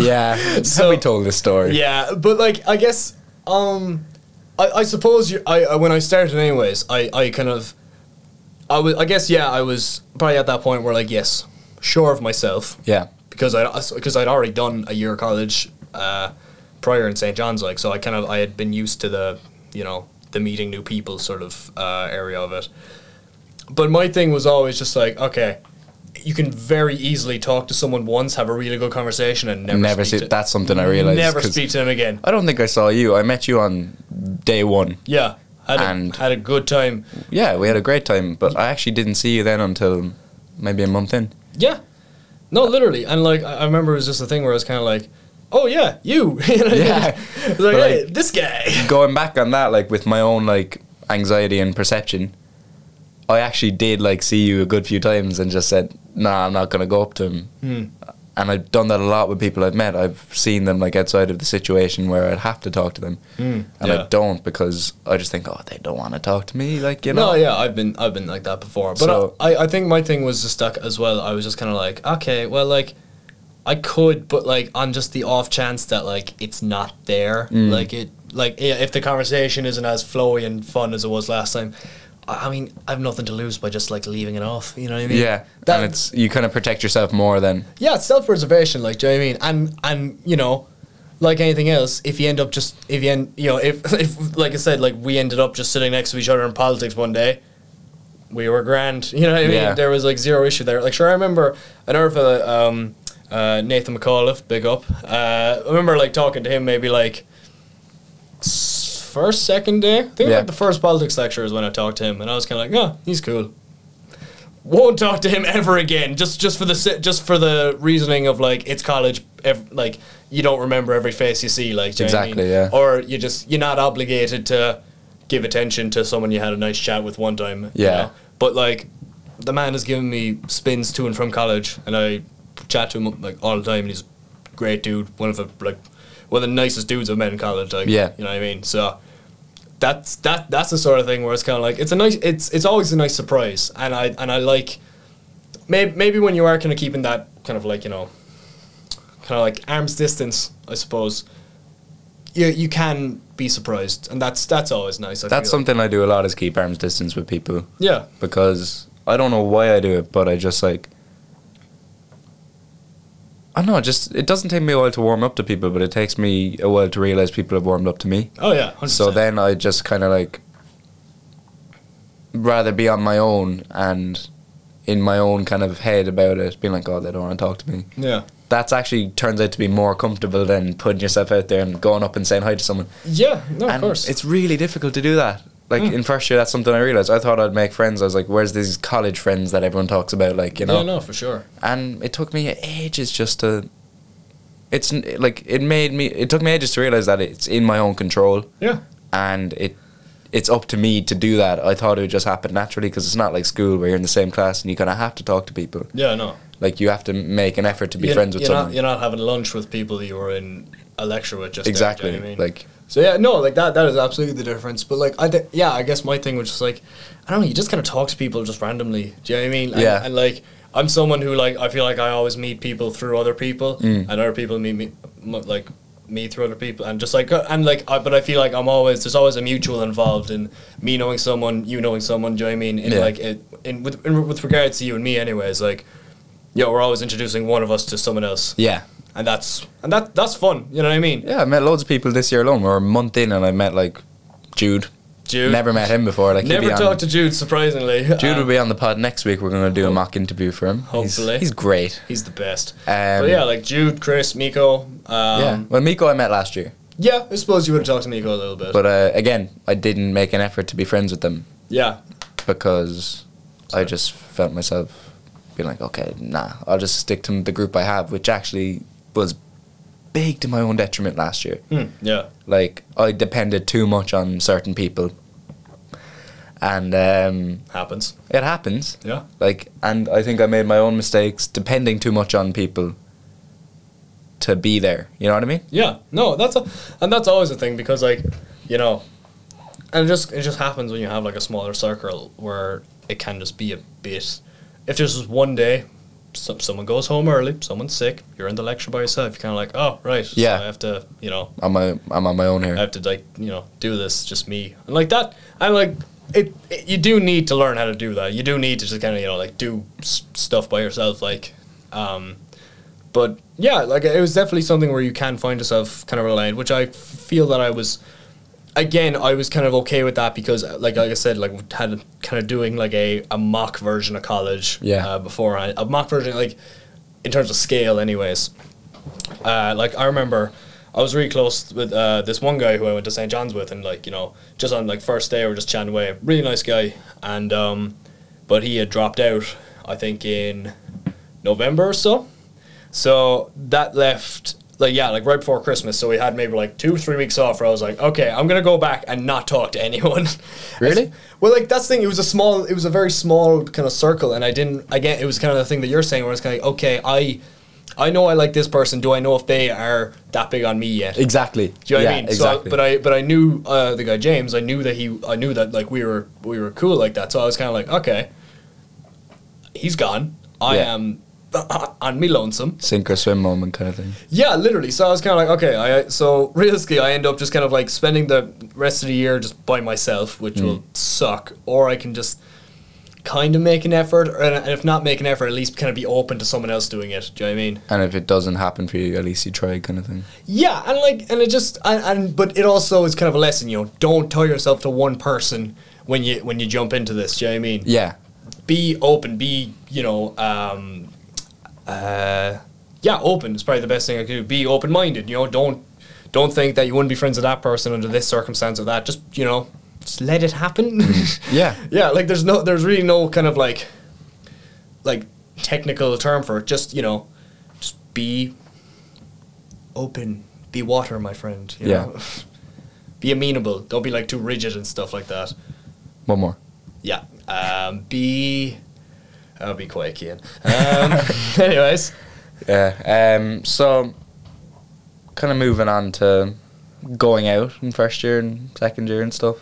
Speaker 1: so
Speaker 2: So-
Speaker 1: we told this story.
Speaker 2: Yeah, but like, I guess, um, I, I suppose you, I, I when I started, anyways, I, I kind of, I was, I guess, yeah, I was probably at that point where like, yes, sure of myself
Speaker 1: Yeah.
Speaker 2: because I because I'd already done a year of college uh, prior in St John's, like so I kind of I had been used to the you know the meeting new people sort of uh, area of it. But my thing was always just like okay, you can very easily talk to someone once, have a really good conversation, and never
Speaker 1: Never
Speaker 2: speak
Speaker 1: see.
Speaker 2: to,
Speaker 1: That's something I realized.
Speaker 2: never
Speaker 1: 'cause
Speaker 2: speak to them again.
Speaker 1: I don't think I saw you. I met you on day one.
Speaker 2: Yeah, had
Speaker 1: And-
Speaker 2: a, had a good time.
Speaker 1: Yeah, we had a great time, but I actually didn't see you then until maybe a month in.
Speaker 2: Yeah. No, literally. And like I I remember it was just a thing where I was kinda like, Oh yeah, you, You know,
Speaker 1: Yeah.
Speaker 2: like,
Speaker 1: But,
Speaker 2: hey,
Speaker 1: like-
Speaker 2: this guy.
Speaker 1: Going back on that, like with my own like anxiety and perception, I actually did like see you a good few times and just said, "Nah, I'm not gonna go up to him."
Speaker 2: Hmm.
Speaker 1: And I've done that a lot with people I've met. I've seen them like outside of the situation where I'd have to talk to them, and
Speaker 2: yeah.
Speaker 1: I don't because I just think, "Oh, they don't want to talk to me." Like you know,
Speaker 2: No, yeah, I've been I've been like that before. But
Speaker 1: So-
Speaker 2: I, I think my thing was just stuck as well. I was just kind of like, okay, well, like I could, but like on just the off chance that like it's not there,
Speaker 1: Mm.
Speaker 2: like it, like yeah, if the conversation isn't as flowy and fun as it was last time. I I mean, I have nothing to lose by just like leaving it off. You know what I mean?
Speaker 1: yeah,
Speaker 2: That,
Speaker 1: and it's you kind of protect yourself more then.
Speaker 2: yeah, it's self preservation, like do you know what I mean? And and you know, like anything else, if you end up just if you end you know, if if like I said, like we ended up just sitting next to each other in politics one day, we were grand. You know what I mean?
Speaker 1: Yeah.
Speaker 2: There was like zero issue there. Like sure, I remember another fella, um, uh, Nathan McAuliffe, big up. Uh, I remember like talking to him maybe like s- first second day. I think it was,
Speaker 1: Yeah.
Speaker 2: like the first politics lecture is when I talked to him, and I was kind of like, oh, he's cool. Won't talk to him ever again. Just just for the si- just for the reasoning of like it's college. Ev- like you don't remember every face you see. Like do you know what I mean?
Speaker 1: Exactly, yeah.
Speaker 2: Or you just you're not obligated to give attention to someone you had a nice chat with one time. you
Speaker 1: Yeah.
Speaker 2: know? But like, the man has given me spins to and from college, and I chat to him like all the time. And he's a great dude, one of the like one of the nicest dudes I've met in college. Like,
Speaker 1: Yeah.
Speaker 2: you know what I mean. So that's that that's the sort of thing where it's kind of like it's a nice it's it's always a nice surprise, and I and I like maybe maybe when you are kind of keeping that kind of like you know kind of like arm's distance, I suppose. You you can be surprised, and that's that's always nice. I
Speaker 1: That's
Speaker 2: feel.
Speaker 1: something I do a lot is keep arm's distance with people
Speaker 2: yeah
Speaker 1: because I don't know why I do it, but I just like. I don't know, just it doesn't take me a while to warm up to people, but it takes me a while to realize people have warmed up to me.
Speaker 2: oh yeah 100%.
Speaker 1: So then I just kind of like rather be on my own and in my own kind of head about it, being like, "Oh, they don't want to talk to me."
Speaker 2: yeah
Speaker 1: That's actually turns out to be more comfortable than putting yourself out there and going up and saying hi to someone.
Speaker 2: yeah no Oh, of
Speaker 1: and
Speaker 2: course Hmm.
Speaker 1: it's really difficult to do that. Like in first year, that's something I realized. I thought I'd make friends. I was like, "Where's these college friends that everyone talks about?" Like you know,
Speaker 2: yeah no for sure
Speaker 1: and it took me ages just to. It's n- like it made me. It took me ages to realize that it's in my own control
Speaker 2: yeah
Speaker 1: and it it's up to me to do that. I thought it would just happen naturally because it's not like school where you're in the same class and you kind of have to talk to people.
Speaker 2: yeah no
Speaker 1: Like you have to make an effort to be
Speaker 2: You're-
Speaker 1: friends with
Speaker 2: you're
Speaker 1: someone.
Speaker 2: not, you're not having lunch with people that you were in a lecture with just there, do you know
Speaker 1: exactly.
Speaker 2: what I mean?
Speaker 1: Like
Speaker 2: So yeah, no, like that that is absolutely the difference. But like I thi- yeah, I guess my thing was just like I don't know, you just kind of talk to people just randomly. Do you know what I mean? And,
Speaker 1: Yeah.
Speaker 2: And like I'm someone who like I feel like I always meet people through other people,
Speaker 1: Mm.
Speaker 2: and other people meet me m- like me through other people, and just like uh, and like I, but I feel like I'm always there's always a mutual involved in me knowing someone, you knowing someone. Do you know what I mean? In
Speaker 1: Yeah.
Speaker 2: like it in with in, with regards to you and me, anyways. Like yeah, we're always introducing one of us to someone else,
Speaker 1: yeah,
Speaker 2: and that's and that that's fun. You know what I mean?
Speaker 1: yeah. I met loads of people this year alone. We're a month in and I met like Jude.
Speaker 2: Jude.
Speaker 1: Never met him before. Like he'd
Speaker 2: Never
Speaker 1: be on-
Speaker 2: talked to Jude, surprisingly.
Speaker 1: Jude will
Speaker 2: Um,
Speaker 1: be on the pod next week. We're going to do a mock interview for him. He's-
Speaker 2: Hopefully.
Speaker 1: he's, great.
Speaker 2: He's the best.
Speaker 1: Um,
Speaker 2: but yeah, like Jude, Chris, Miko. Um,
Speaker 1: yeah.
Speaker 2: yeah.
Speaker 1: Well, Miko I met last year,
Speaker 2: I suppose you would have talked to Miko a little bit.
Speaker 1: but uh, again, I didn't make an effort to be friends with them.
Speaker 2: yeah,
Speaker 1: because I just felt myself being like, okay, nah, I'll just stick to the group I have, which actually was big to my own detriment last year.
Speaker 2: Hmm, yeah,
Speaker 1: Like, I depended too much on certain people. And um,
Speaker 2: happens.
Speaker 1: it happens.
Speaker 2: Yeah,
Speaker 1: Like, and I think I made my own mistakes depending too much on people to be there. You know what I mean?
Speaker 2: yeah. No, that's a, and that's always a thing because like, you know, and it just it just happens when you have like a smaller circle where it can just be a bit. If there's just one day, some, someone goes home early, someone's sick, you're in the lecture by yourself. You're kind of like, oh right, so
Speaker 1: Yeah.
Speaker 2: I have to, you know,
Speaker 1: I'm, a, I'm on my own
Speaker 2: I
Speaker 1: here.
Speaker 2: have to like you know do this just me and like that and like it, it you do need to learn how to do that you do need to just kind of you know like do s- stuff by yourself like um but yeah like it was definitely something where you can find yourself kind of reliant which I f- feel that I was again I was kind of okay with that because uh, like like I said like we had kind of doing like a, a mock version of college
Speaker 1: Yeah.
Speaker 2: uh, before I, a mock version like in terms of scale anyways uh, like I remember I was really close with uh, this one guy who I went to St. John's with and like you know just on like first day we were just chatting away really nice guy and um, but he had dropped out I think in November or so so that left like yeah like right before Christmas so we had maybe like two three weeks off where I was like okay I'm gonna go back and not talk to anyone
Speaker 1: Really?
Speaker 2: well like that's the thing it was a small it was a very small kind of circle and I didn't again it was kind of the thing that you're saying where it's kind of like okay I I know I like this person. Do I know if they are that big on me yet?
Speaker 1: Exactly.
Speaker 2: Do you know
Speaker 1: yeah,
Speaker 2: what I mean?
Speaker 1: Exactly.
Speaker 2: So, but I but I knew uh, the guy James. I knew that he. I knew that like we were we were cool like that. So I was kind of like, okay, he's gone. I
Speaker 1: Yeah.
Speaker 2: am on me lonesome.
Speaker 1: Sink or swim moment kind of thing.
Speaker 2: Yeah, literally. So I was kind of like, okay. I so realistically, I end up just kind of like spending the rest of the year just by myself, which
Speaker 1: Mm.
Speaker 2: will suck. Or I can just kind of make an effort, or and if not make an effort, at least kind of be open to someone else doing it. Do you know what I mean?
Speaker 1: And if it doesn't happen for you, at least you try kind of thing.
Speaker 2: Yeah, and like, and it just, and, and but it also is kind of a lesson, you know. Don't tie yourself to one person when you when you jump into this. Do you know what I mean?
Speaker 1: Yeah.
Speaker 2: be open, be you know, um, uh, yeah, open is probably the best thing I could do. Be open minded. You know, don't don't think that you wouldn't be friends with that person under this circumstance or that. Just you know, just let it happen.
Speaker 1: Yeah.
Speaker 2: yeah, like there's no, there's really no kind of like, like technical term for it. Just you know, just be open. Be water, my friend. You
Speaker 1: Yeah.
Speaker 2: Know? be amenable. Don't be like too rigid and stuff like that.
Speaker 1: One more.
Speaker 2: Yeah. Um, be. I'll be quiet, Ian. Um, anyways.
Speaker 1: Yeah. Um, so, kind of moving on to going out in first year and second year and stuff.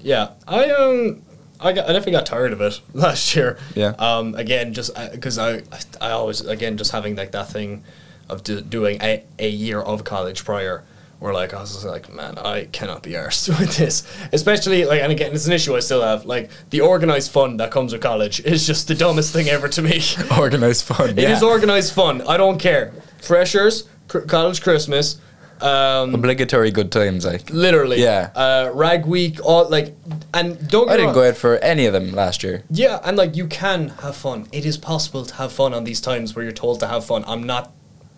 Speaker 2: Yeah, I um, I got, I definitely got tired of it last year.
Speaker 1: Yeah.
Speaker 2: Um, again, just because I, I always again just having like that thing of do, doing a, a year of college prior. Where like I was just like, man, I cannot be arsed with this. Especially like, and again, it's an issue I still have. Like the organized fun that comes with college is just the dumbest thing ever to me.
Speaker 1: Organized fun.
Speaker 2: It is organized fun. I don't care. Freshers, cr- college Christmas. Um,
Speaker 1: obligatory good times. Like
Speaker 2: Literally,
Speaker 1: Yeah.
Speaker 2: Uh, rag week, all like, and don't. Get
Speaker 1: I
Speaker 2: me
Speaker 1: didn't
Speaker 2: wrong.
Speaker 1: go out for any of them last year.
Speaker 2: Yeah, and like you can have fun. It is possible to have fun on these times where you're told to have fun. I'm not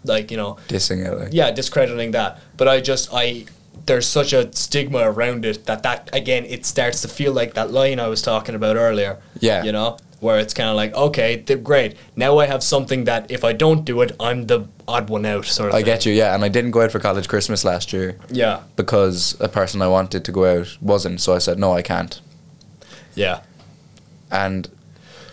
Speaker 2: like, you know,
Speaker 1: Dissing it. Like.
Speaker 2: yeah, discrediting that. But I just I there's such a stigma around it that that again it starts to feel like that line I was talking about earlier.
Speaker 1: Yeah.
Speaker 2: You know, where it's kind of like, okay, th- great. Now I have something that if I don't do it, I'm the odd one out sort of
Speaker 1: I get you. Yeah, and I didn't go out for college Christmas last year
Speaker 2: Yeah.
Speaker 1: because a person I wanted to go out wasn't. So I said no, I can't.
Speaker 2: Yeah.
Speaker 1: and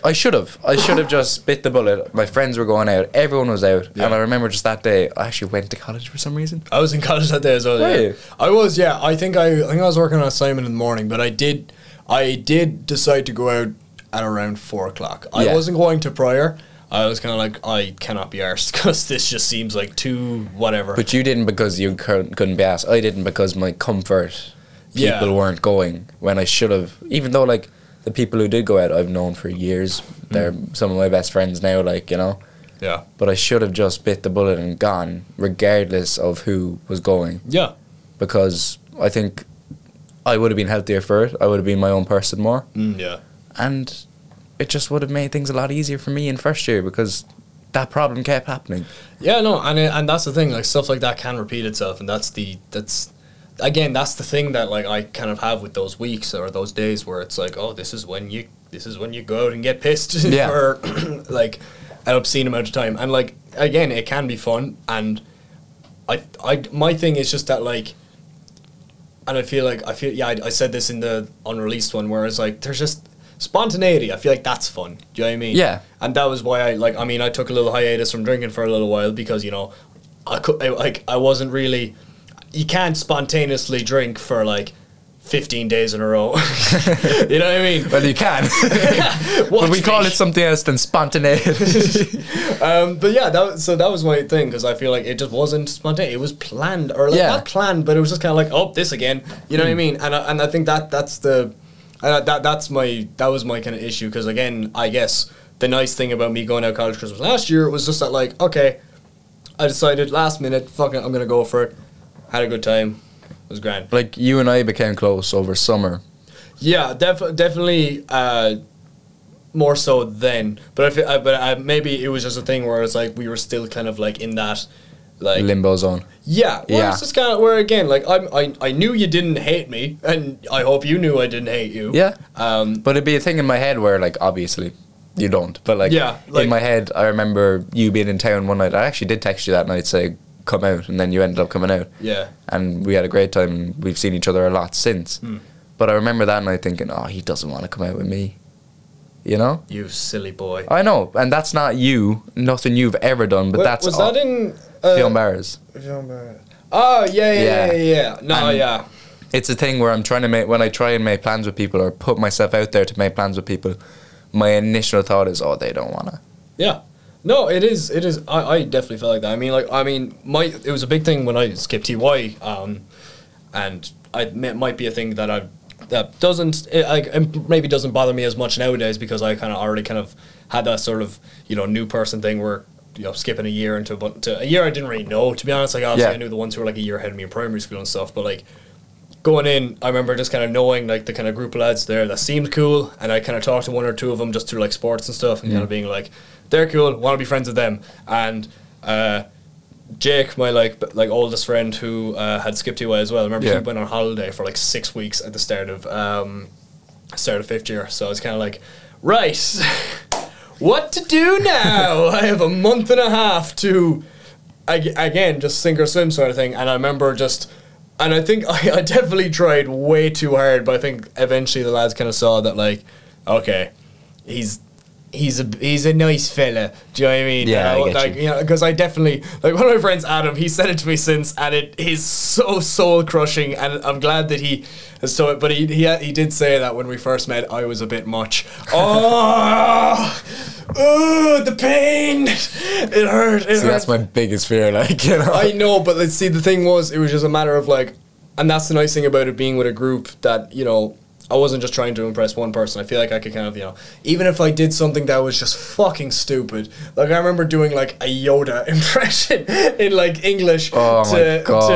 Speaker 1: I should have. I should have just bit the bullet. My friends were going out. Everyone was out,
Speaker 2: Yeah.
Speaker 1: and I remember just that day. I actually went to college for some reason.
Speaker 2: I was in college that day as well.
Speaker 1: Were
Speaker 2: yeah.
Speaker 1: you?
Speaker 2: I was, yeah. I think I, I think I was working on assignment in the morning, but I did I did decide to go out at around four o'clock. I
Speaker 1: Yeah.
Speaker 2: wasn't going to prior. I was kind of like I cannot be arsed because this just seems like too whatever.
Speaker 1: But you didn't because you cou- couldn't be asked. I didn't because my comfort people
Speaker 2: Yeah.
Speaker 1: weren't going when I should have. Even though like the people who did go out, I've known for years. They're
Speaker 2: Mm.
Speaker 1: some of my best friends now. Like you know,
Speaker 2: yeah,
Speaker 1: but I should have just bit the bullet and gone, regardless of who was going,
Speaker 2: yeah,
Speaker 1: because I think I would have been healthier for it. I would have been my own person more.
Speaker 2: mm, yeah,
Speaker 1: and it just would have made things a lot easier for me in first year because that problem kept happening.
Speaker 2: yeah. No, and it- and that's the thing. Like stuff like that can repeat itself, and that's the that's again that's the thing that like I kind of have with those weeks or those days where it's like oh this is when you this is when you go out and get pissed
Speaker 1: Yeah.
Speaker 2: for like an obscene amount of time and like again it can be fun and I I my thing is just that like and I feel like I feel yeah I, I said this in the unreleased one where it's like there's just spontaneity I feel like that's fun do you know what I mean
Speaker 1: Yeah.
Speaker 2: and that was why I like I mean I took a little hiatus from drinking for a little while because you know I could I, like I wasn't really you can't spontaneously drink for like 15 days in a row. you know what I mean?
Speaker 1: Well, you can, but
Speaker 2: Watch
Speaker 1: we call
Speaker 2: me.
Speaker 1: it something else than spontaneity.
Speaker 2: Um, but yeah, that was, so that was my thing because I feel like it just wasn't spontaneous. It was planned, or like
Speaker 1: Yeah.
Speaker 2: not planned, but it was just kind of like, oh, this again. You know what I mean? And I, and I think that that's the uh, that that's my that was my kind of issue because again, I guess the nice thing about me going out college Christmas last year was just that like, okay, I decided last minute, fuck it, I'm gonna go for it. Had a good time. It was grand.
Speaker 1: like you and I became close over summer.
Speaker 2: Yeah, def- definitely uh, more so then. But I, fe- I but I, maybe it was just a thing where it's like we were still kind of like in that, like
Speaker 1: Limbo zone.
Speaker 2: yeah. Where
Speaker 1: Yeah.
Speaker 2: it's just kind of where again like I'm, I I knew you didn't hate me, and I hope you knew I didn't hate you.
Speaker 1: Yeah,
Speaker 2: Um.
Speaker 1: but it'd be a thing in my head where, like, obviously, you don't. But like,
Speaker 2: Yeah, like-
Speaker 1: in my head, I remember you being in town one night. I actually did text you that night, say come out, and then you ended up coming out.
Speaker 2: Yeah.
Speaker 1: and we had a great time. and We've seen each other a lot since.
Speaker 2: Hmm.
Speaker 1: But I remember that night thinking, oh, he doesn't want to come out with me. You know?
Speaker 2: You silly boy.
Speaker 1: I know, and that's not you, nothing you've ever done, but
Speaker 2: Wa-
Speaker 1: that's
Speaker 2: was
Speaker 1: all-
Speaker 2: that in
Speaker 1: Fionn
Speaker 2: uh,
Speaker 1: Barres.
Speaker 2: Fionn Barrett? Oh yeah yeah yeah
Speaker 1: Yeah.
Speaker 2: yeah. yeah. No
Speaker 1: And-
Speaker 2: yeah.
Speaker 1: It's a thing where I'm trying to make, when I try and make plans with people or put myself out there to make plans with people, my initial thought is, oh, they don't want to.
Speaker 2: Yeah. No, it is. It is. I, I definitely felt like that. I mean, like, I mean, my it was a big thing when I skipped TY, um, and I it might be a thing that I that doesn't it, like it maybe doesn't bother me as much nowadays because I kind of already kind of had that sort of you know new person thing where you know skipping a year into a, bun- to a year I didn't really know to be honest. Like obviously
Speaker 1: Yeah.
Speaker 2: I knew the ones who were like a year ahead of me in primary school and stuff, but like going in, I remember just kind of knowing like the kind of group of lads there that seemed cool, and I kind of talked to one or two of them just through like sports and stuff, and kind of being like, they're cool, want to be friends with them, and. uh Jake, my like b- like oldest friend who uh, had skipped EY as well. I remember
Speaker 1: Yeah.
Speaker 2: he went on holiday for like six weeks at the start of um, start of fifth year. So I was kind of like, right, what to do now? I have a month and a half to, ag- again, just sink or swim sort of thing. And I remember just, and I think I, I definitely tried way too hard, but I think eventually the lads kind of saw that like, okay, he's. He's a he's a nice fella. Do you know what I mean?
Speaker 1: Yeah, I get
Speaker 2: like,
Speaker 1: you.
Speaker 2: you know, because I definitely like one of my friends, Adam. He said it to me since, and it is so soul crushing. And I'm glad that he has so it. But he, he he did say that when we first met, I was a bit much. Oh, oh, the pain! It hurt. It
Speaker 1: See,
Speaker 2: hurt.
Speaker 1: that's my biggest fear. Like, you know,
Speaker 2: I know, but let's see. The thing was, it was just a matter of like, and that's the nice thing about it being with a group that you know. I wasn't just trying to impress one person. I feel like I could kind of, you know, even if I did something that was just fucking stupid. Like I remember doing like a Yoda impression in like English
Speaker 1: Oh my
Speaker 2: to
Speaker 1: God.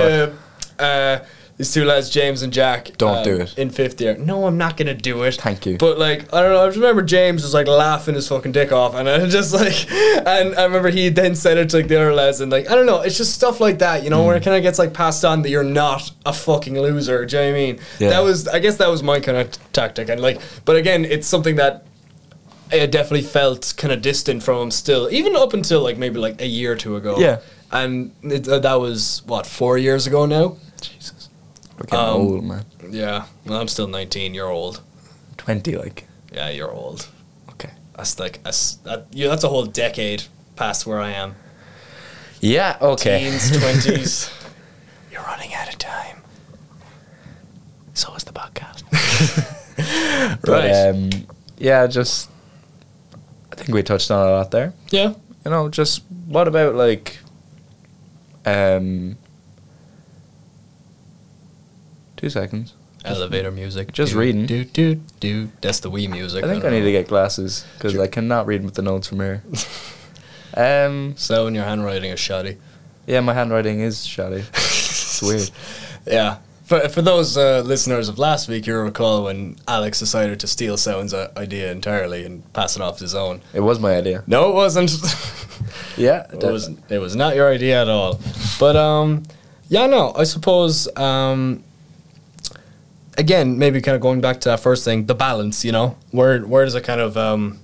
Speaker 2: to uh, these two lads, James and Jack.
Speaker 1: Don't
Speaker 2: um,
Speaker 1: do it.
Speaker 2: in fifth year. No, I'm not gonna do it.
Speaker 1: Thank you.
Speaker 2: But like, I don't know. I just remember James was like laughing his fucking dick off, and I just like, and I remember he then said it to like the other lads, and like, I don't know. It's just stuff like that, you know,
Speaker 1: Mm.
Speaker 2: where it kind of gets like passed on that you're not a fucking loser. Do you know what I mean?
Speaker 1: Yeah.
Speaker 2: That was, I guess, that was my kind of t- tactic, and like, but again, it's something that. I definitely felt kind of distant from him still, even up until like maybe like a year or two ago.
Speaker 1: Yeah.
Speaker 2: and it, uh, that was what four years ago now.
Speaker 1: Jesus, we're getting
Speaker 2: Um,
Speaker 1: old, man.
Speaker 2: Yeah, well, I'm still 19. You're old.
Speaker 1: Twenty, like,
Speaker 2: Yeah, you're old.
Speaker 1: okay.
Speaker 2: That's like that's that, yeah, that's a whole decade past where I am.
Speaker 1: Yeah, okay.
Speaker 2: Teens, twenties. you're running out of time. So is the podcast.
Speaker 1: But,
Speaker 2: right.
Speaker 1: um, yeah, just I think we touched on a lot there.
Speaker 2: yeah.
Speaker 1: You know, just what about like, um, two seconds.
Speaker 2: Elevator music.
Speaker 1: Just
Speaker 2: Do,
Speaker 1: reading.
Speaker 2: Do do do. That's the Wii music.
Speaker 1: I think I
Speaker 2: don't
Speaker 1: need
Speaker 2: know.
Speaker 1: to get glasses because I cannot read with the notes from here. um,
Speaker 2: So in your handwriting is shoddy.
Speaker 1: yeah, my handwriting is shoddy. It's weird.
Speaker 2: Yeah. For, for those uh, listeners of last week, you'll recall when Alex decided to steal Sound's uh, idea entirely and pass it off as his own.
Speaker 1: It was my idea.
Speaker 2: No, it wasn't.
Speaker 1: Yeah,
Speaker 2: it was it was not your idea at all. But um, yeah, no, I suppose um, again, maybe kind of going back to that first thing, the balance. You know, where where does it kind of um,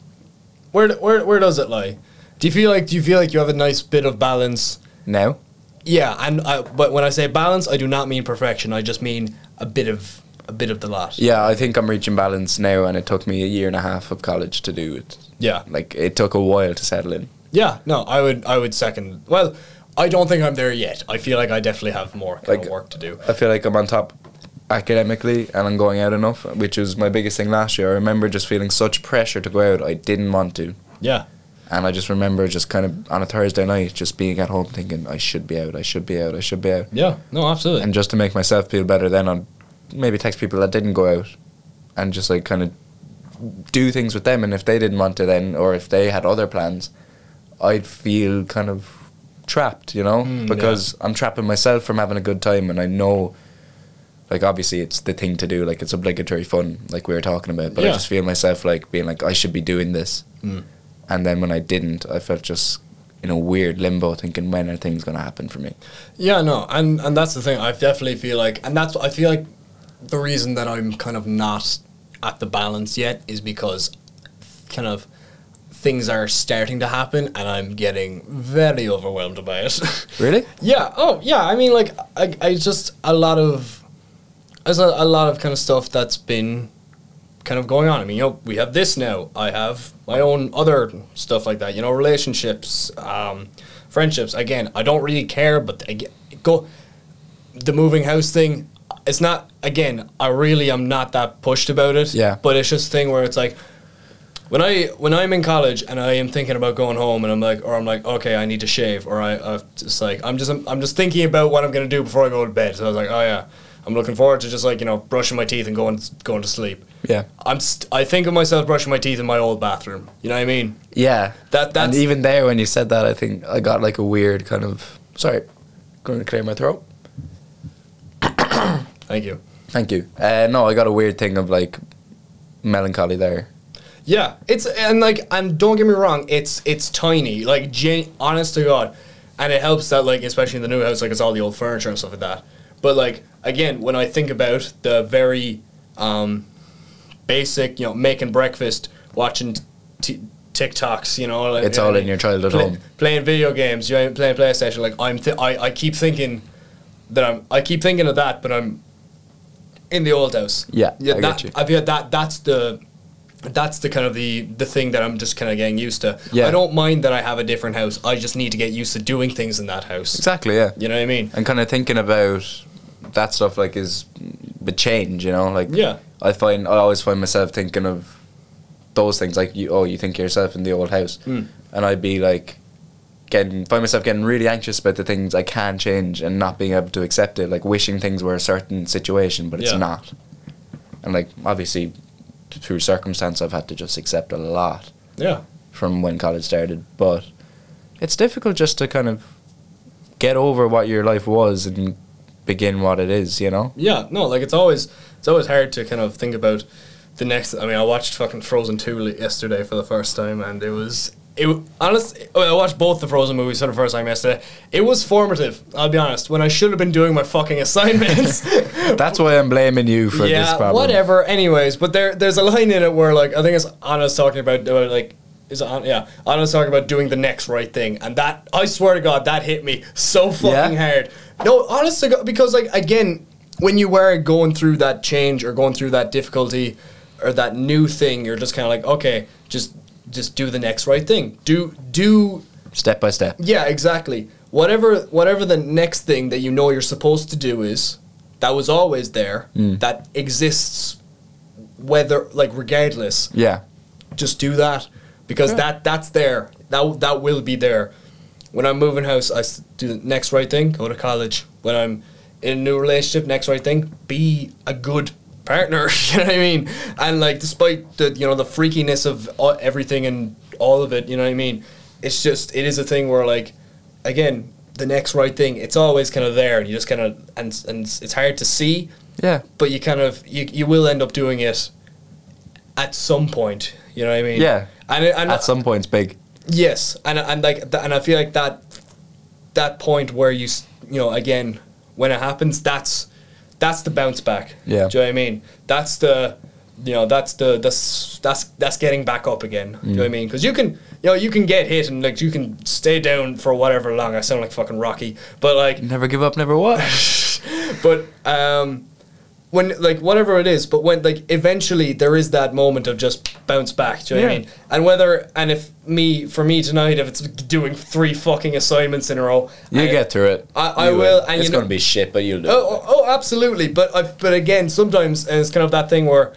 Speaker 2: where where where does it lie? Do you feel like do you feel like you have a nice bit of balance?
Speaker 1: now.
Speaker 2: Yeah, and I, but when I say balance, I do not mean perfection. I just mean a bit of a bit of the lot.
Speaker 1: Yeah, I think I'm reaching balance now, and it took me a year and a half of college to do it.
Speaker 2: Yeah.
Speaker 1: Like it took a while to settle in.
Speaker 2: Yeah, no, I would I would second. Well, I don't think I'm there yet. I feel like I definitely have more kind
Speaker 1: Like-
Speaker 2: of work to do.
Speaker 1: I feel like I'm on top academically and I'm going out enough, which was my biggest thing last year. I remember just feeling such pressure to go out. I didn't want to.
Speaker 2: Yeah.
Speaker 1: And I just remember just kind of on a Thursday night just being at home thinking, I should be out, I should be out, I should be out.
Speaker 2: Yeah, no, absolutely.
Speaker 1: And just to make myself feel better, then I'd maybe text people that didn't go out and just like kind of do things with them. And if they didn't want to, then, or if they had other plans, I'd feel kind of trapped, you know?
Speaker 2: Mm, yeah.
Speaker 1: because I'm trapping myself from having a good time. And I know, like, obviously it's the thing to do, like, it's obligatory fun, like we were talking about. But I
Speaker 2: Yeah.
Speaker 1: just feel myself like being like, I should be doing this.
Speaker 2: Mm.
Speaker 1: And then when I didn't, I felt just in a weird limbo thinking, when are things going to happen for me?
Speaker 2: Yeah, no, and and that's the thing. I definitely feel like, and that's I feel like the reason that I'm kind of not at the balance yet is because kind of things are starting to happen, and I'm getting very overwhelmed by it.
Speaker 1: Really?
Speaker 2: Yeah. Oh, yeah. I mean, like, I, I just a lot of, there's a, a lot of kind of stuff that's been, kind of going on. I mean, you know, we have this now. I have my own other stuff like that. You know, relationships, um, friendships. Again, I don't really care, but I get, go, the moving house thing. It's not. Again, I really am not that pushed about it.
Speaker 1: Yeah.
Speaker 2: But it's just a thing where it's like. When I when I'm in college and I am thinking about going home and I'm like or I'm like okay I need to shave or I I've just like I'm just I'm just thinking about what I'm gonna do before I go to bed so I was like oh yeah I'm looking forward to just like you know brushing my teeth and going going to sleep
Speaker 1: Yeah.
Speaker 2: I'm st- I think of myself brushing my teeth in my old bathroom. You know what I mean?
Speaker 1: Yeah.
Speaker 2: That that's
Speaker 1: and even there, when you said that, I think I got like a weird kind of sorry, going to clear my throat.
Speaker 2: thank you.
Speaker 1: Thank you. Uh, no, I got a weird thing of like melancholy there.
Speaker 2: Yeah, it's and like and don't get me wrong, it's it's tiny, like gen- honest to god, and it helps that like especially in the new house, like it's all the old furniture and stuff like that. But like again, when I think about the very um, basic, you know, making breakfast, watching t- TikToks, you know, like,
Speaker 1: It's all in your child at
Speaker 2: play-
Speaker 1: home.
Speaker 2: playing video games, you know, playing PlayStation. Like I'm, th- I I keep thinking that I'm, I keep thinking of that, but I'm in the old house.
Speaker 1: Yeah, I
Speaker 2: that,
Speaker 1: get you.
Speaker 2: I've yeah, that that's the that's the kind of the the thing that I'm just kind of getting used to.
Speaker 1: Yeah.
Speaker 2: I don't mind that I have a different house. I just need to get used to doing things in that house.
Speaker 1: Exactly. Yeah.
Speaker 2: You know what I mean?
Speaker 1: and kind of thinking about that stuff like is the change you know like
Speaker 2: Yeah.
Speaker 1: i find i always find myself thinking of those things like you oh you think of yourself in the old house
Speaker 2: Mm.
Speaker 1: and i'd be like getting find myself getting really anxious about the things i can change and not being able to accept it like wishing things were a certain situation but it's
Speaker 2: Yeah.
Speaker 1: not and like obviously through circumstance i've had to just accept a lot
Speaker 2: Yeah.
Speaker 1: from when college started, but it's difficult just to kind of get over what your life was and begin what it is, you know?
Speaker 2: Yeah, no, like it's always it's always hard to kind of think about the next. I mean, I watched fucking Frozen two li- yesterday for the first time, and it was it w- honest. I watched both the Frozen movies for the first time yesterday. It was formative. I'll be honest. When I should have been doing my fucking assignments.
Speaker 1: That's why I'm blaming you for this
Speaker 2: yeah,
Speaker 1: problem.
Speaker 2: whatever. Anyways, but there there's a line in it where like I think it's Anna's talking about uh, like. Is it on, yeah, Anna's talking about doing the next right thing, and that I swear to God, that hit me so fucking
Speaker 1: Yeah?
Speaker 2: hard. No, honest to God, because like again, when you were going through that change or going through that difficulty or that new thing, you're just kind of like, okay, just just do the next right thing. Do do
Speaker 1: Step by step.
Speaker 2: yeah, exactly. Whatever whatever the next thing that you know you're supposed to do is, that was always there, that exists whether like regardless,
Speaker 1: Yeah.
Speaker 2: just do that because
Speaker 1: Yeah.
Speaker 2: that that's there. That that will be there. When I'm moving house, I s- do the next right thing, go to college. When I'm in a new relationship, next right thing, be a good partner. you know what I mean? And like, despite the you know the freakiness of all, everything and all of it, you know what I mean? It's just it is a thing where like, again, the next right thing. It's always kind of there, and you just kind of and and it's hard to see
Speaker 1: Yeah.
Speaker 2: but you kind of you, you will end up doing it at some point. You know what I mean?
Speaker 1: Yeah.
Speaker 2: And it- and
Speaker 1: At some points, big.
Speaker 2: yes, and and like th- and I feel like that that point where you s- you know again when it happens that's that's the bounce back.
Speaker 1: Yeah.
Speaker 2: Do you know what I mean? That's the you know that's the that's that's that's getting back up again. Do you
Speaker 1: Mm.
Speaker 2: know what I mean? Because you can you know you can get hit and like you can stay down for whatever long. I sound like fucking Rocky, but like
Speaker 1: Never give up, never what?
Speaker 2: but um, when like whatever it is, but when like eventually there is that moment of just bounce back. Do you know what I
Speaker 1: Yeah.
Speaker 2: mean? And whether and if me for me tonight, if it's doing three fucking assignments in a row,
Speaker 1: you
Speaker 2: I-
Speaker 1: get through it.
Speaker 2: I- I
Speaker 1: You
Speaker 2: will, and
Speaker 1: it's
Speaker 2: you know-
Speaker 1: going to be shit, but you'll do it.
Speaker 2: Oh, oh, oh, absolutely. But i but again, sometimes uh, it's kind of that thing where.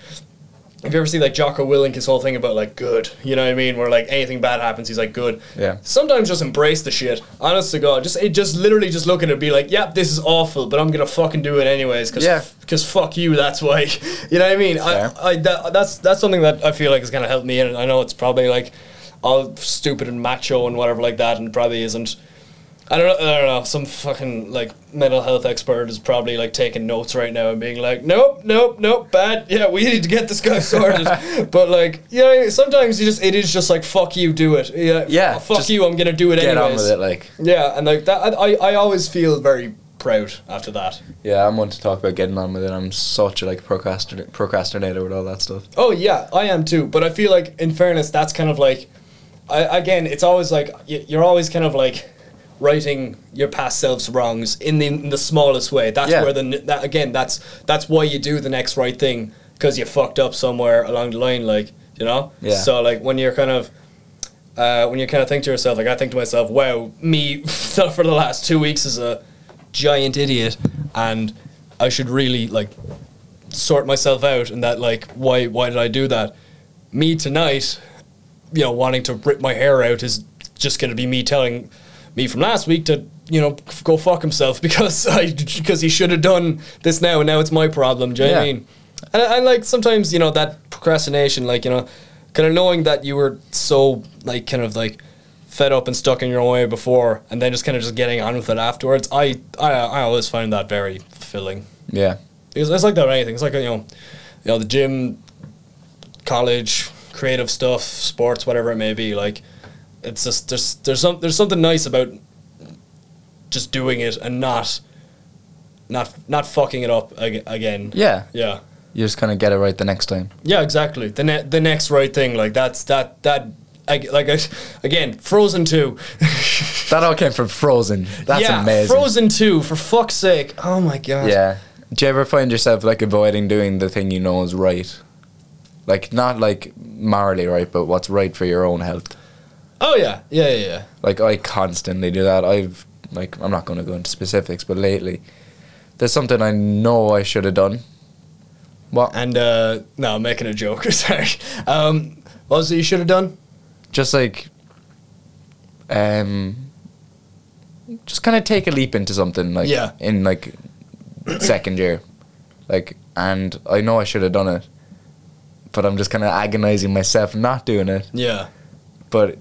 Speaker 2: If you ever see like Jocko Willink, his whole thing about like good, you know what I mean? Where like anything bad happens, he's like good.
Speaker 1: Yeah.
Speaker 2: Sometimes just embrace the shit. Honest to God, just it just literally just look at it, and be like, yep, this is awful, but I'm gonna fucking do it anyways, cause
Speaker 1: Yeah.
Speaker 2: cause fuck you. That's why, you know what I mean?
Speaker 1: Fair.
Speaker 2: I, I that, that's that's something that I feel like is gonna help me, and I know it's probably like all stupid and macho and whatever like that, and probably isn't. I don't know. I don't know. Some fucking like mental health expert is probably like taking notes right now and being like, "Nope, nope, nope, bad. Yeah, we need to get this guy sorted." but like, you know, sometimes you just it is just like, "Fuck you, do it." Yeah,
Speaker 1: Yeah,
Speaker 2: Fuck
Speaker 1: just
Speaker 2: you, I'm gonna do it
Speaker 1: Get
Speaker 2: anyways.
Speaker 1: on with it, like.
Speaker 2: Yeah, and like that, I I I always feel very proud after that.
Speaker 1: Yeah, I'm one to talk about getting on with it. I'm such a like procrastin- procrastinator with all that stuff.
Speaker 2: Oh yeah, I am too. But I feel like, in fairness, that's kind of like, I, again, it's always like y- you're always kind of like righting your past self's wrongs in the, in the smallest way. That's
Speaker 1: Yeah.
Speaker 2: where the n- that again, that's that's why you do the next right thing because you fucked up somewhere along the line, like you know.
Speaker 1: Yeah.
Speaker 2: So like when you're kind of. Uh, when you kind of think to yourself, like I think to myself, wow, me for the last two weeks is a giant idiot, and I should really like sort myself out and that like why why did I do that? Me tonight, you know, wanting to rip my hair out is just going to be me telling me from last week to you know f- go fuck himself because I because he should have done this now and now it's my problem. Do you know what I
Speaker 1: Yeah.
Speaker 2: mean? And I, I like sometimes you know that procrastination, like you know, kind of knowing that you were so like kind of like fed up and stuck in your own way before, and then just kind of just getting on with it afterwards. I I, I always find that very fulfilling.
Speaker 1: Yeah.
Speaker 2: Because it's like that with anything. It's like you know, you know the gym, college, creative stuff, sports, whatever it may be. Like, it's just there's there's some there's something nice about just doing it and not, not not fucking it up ag- again.
Speaker 1: Yeah.
Speaker 2: Yeah.
Speaker 1: You just kind of get it right the next time.
Speaker 2: Yeah, exactly. The ne- the next right thing, like that's that that I, like I, again, Frozen Two.
Speaker 1: That all came from Frozen. That's
Speaker 2: yeah,
Speaker 1: amazing.
Speaker 2: Frozen Two. For fuck's sake! Oh my god.
Speaker 1: Yeah. Do you ever find yourself like avoiding doing the thing you know is right? Like not like morally right, but what's right for your own health.
Speaker 2: Oh yeah. Yeah yeah yeah.
Speaker 1: Like I constantly do that. I've like I'm not going to go into specifics, but lately there's something I know I should have done. What?
Speaker 2: And uh, no, I'm making a joke. Sorry. Um, what was it you should have done?
Speaker 1: Just like um just kind of take a leap into something like
Speaker 2: Yeah.
Speaker 1: in like second year. Like and I know I should have done it. But I'm just kind of agonizing myself not doing it.
Speaker 2: Yeah.
Speaker 1: but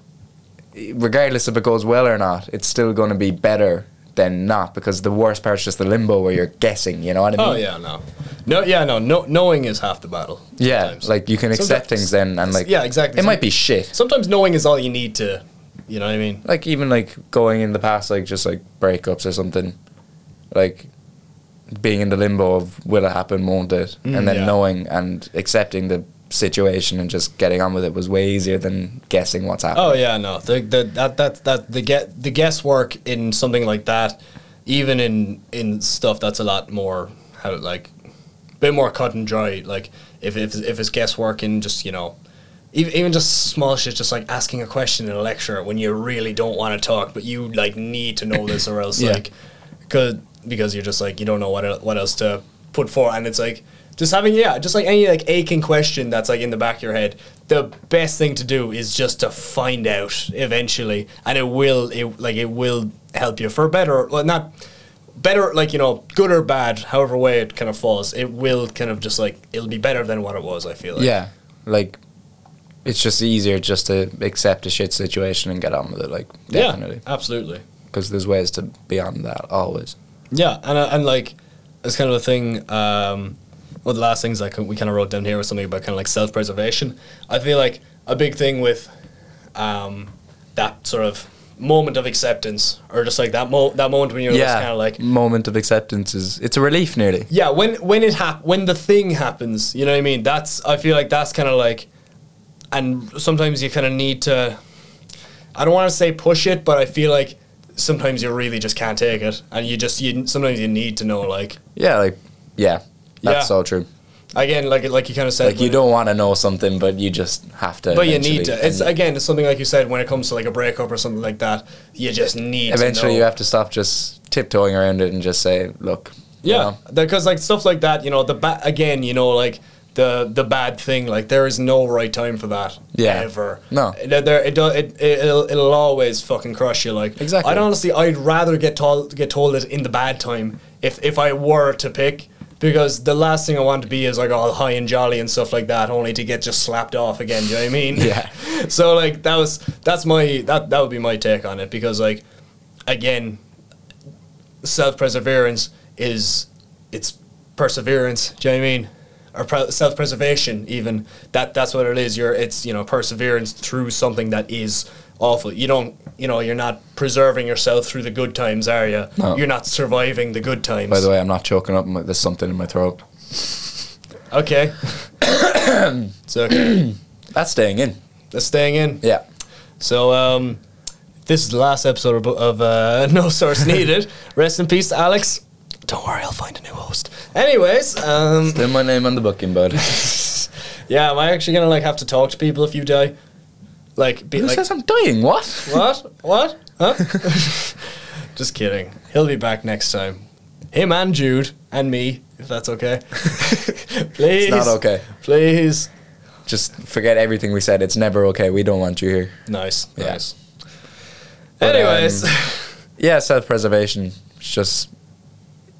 Speaker 1: regardless if it goes well or not, it's still going to be better than not because the worst part's just the limbo where you're guessing. You know what I mean?
Speaker 2: Oh yeah no. No yeah no no knowing is half the battle.
Speaker 1: Yeah,
Speaker 2: sometimes.
Speaker 1: like you can accept
Speaker 2: Sometimes-
Speaker 1: things then, and like
Speaker 2: yeah exactly.
Speaker 1: it might be shit.
Speaker 2: Sometimes knowing is all you need to, you know what I mean?
Speaker 1: Like even like going in the past, like just like breakups or something, like being in the limbo of will it happen, won't it, and then
Speaker 2: Mm, yeah.
Speaker 1: knowing and accepting the situation and just getting on with it was way easier than guessing what's happening.
Speaker 2: Oh yeah, no. The, the that that that the get the guesswork in something like that, even in in stuff that's a lot more how like, bit more cut and dry. Like if if if it's guesswork in just you know. Even, even just small shit, just like asking a question in a lecture when you really don't want to talk, but you like need to know this, or else
Speaker 1: Yeah.
Speaker 2: like, cause, because you're just like you don't know what el- what else to put forward, and it's like just having yeah, just like any like aching question that's like in the back of your head. The best thing to do is just to find out eventually, and it will it like it will help you for better. Well, not better like you know good or bad however way it kind of falls it will kind of just like it'll be better than what it was i feel like
Speaker 1: yeah, like it's just easier just to accept a shit situation and get on with it. Like definitely,
Speaker 2: yeah absolutely
Speaker 1: because there's ways to be on that always.
Speaker 2: Yeah, and uh, and like it's kind of a thing. Um, one of the last things like we kind of wrote down here was something about kind of like self preservation. I feel like a big thing with um, that sort of moment of acceptance, or just like that mo- that moment when you're just kind of like
Speaker 1: moment of acceptance is it's a relief nearly.
Speaker 2: yeah when when it hap- when the thing happens you know what i mean that's i feel like that's kind of like and sometimes you kind of need to i don't want to say push it but i feel like sometimes you really just can't take it and you just you sometimes you need to know like
Speaker 1: Yeah, like yeah, that's
Speaker 2: Yeah.
Speaker 1: so true.
Speaker 2: again like like you kind of said
Speaker 1: Like you
Speaker 2: when-
Speaker 1: don't want to know something, but you just have to.
Speaker 2: but you
Speaker 1: eventually.
Speaker 2: need to it's
Speaker 1: And
Speaker 2: again it's something like you said when it comes to like a breakup or something like that you just need
Speaker 1: eventually
Speaker 2: to know.
Speaker 1: you have to stop just tiptoeing around it and just say, look, you
Speaker 2: Yeah,
Speaker 1: know,
Speaker 2: because like stuff like that, you know, the ba- again, you know, like the the bad thing, like there is no right time for that.
Speaker 1: Yeah.
Speaker 2: ever.
Speaker 1: No.
Speaker 2: there, there- it, do- it it it'll, it'll always fucking crush you. Like
Speaker 1: Exactly.
Speaker 2: I'd honestly, I'd rather get told get told it in the bad time if if I were to pick. Because the last thing I want to be is like all high and jolly and stuff like that, only to get just slapped off again. Do you know what I mean?
Speaker 1: Yeah.
Speaker 2: so like that was that's my that that would be my take on it because like again self perseverance is it's perseverance. Do you know what I mean? Or pre- self preservation, even that that's what it is. You're it's you know perseverance through something that is awful. You don't you know you're not preserving yourself through the good times, are you?
Speaker 1: No.
Speaker 2: You're not surviving the good times.
Speaker 1: by the way, I'm not choking up. my- There's something in my throat.
Speaker 2: okay. it's okay.
Speaker 1: That's staying in.
Speaker 2: That's staying in.
Speaker 1: Yeah.
Speaker 2: So um, this is the last episode of, of uh, No Source Needed. Rest in peace, Alex. Don't worry, I'll find a new host. Anyways, um,
Speaker 1: Then my name on the booking, bud.
Speaker 2: Yeah, am I actually gonna like have to talk to people if you die? Like, be
Speaker 1: Who
Speaker 2: like,
Speaker 1: says I'm dying? What?
Speaker 2: what? What? Huh? Just kidding. He'll be back next time. Him and Jude and me, if that's okay. please.
Speaker 1: It's not okay.
Speaker 2: Please.
Speaker 1: Just forget everything we said. It's never okay. We don't want you here.
Speaker 2: Nice.
Speaker 1: Yeah.
Speaker 2: Nice.
Speaker 1: But,
Speaker 2: Anyways,
Speaker 1: um, Yeah, self-preservation. It's just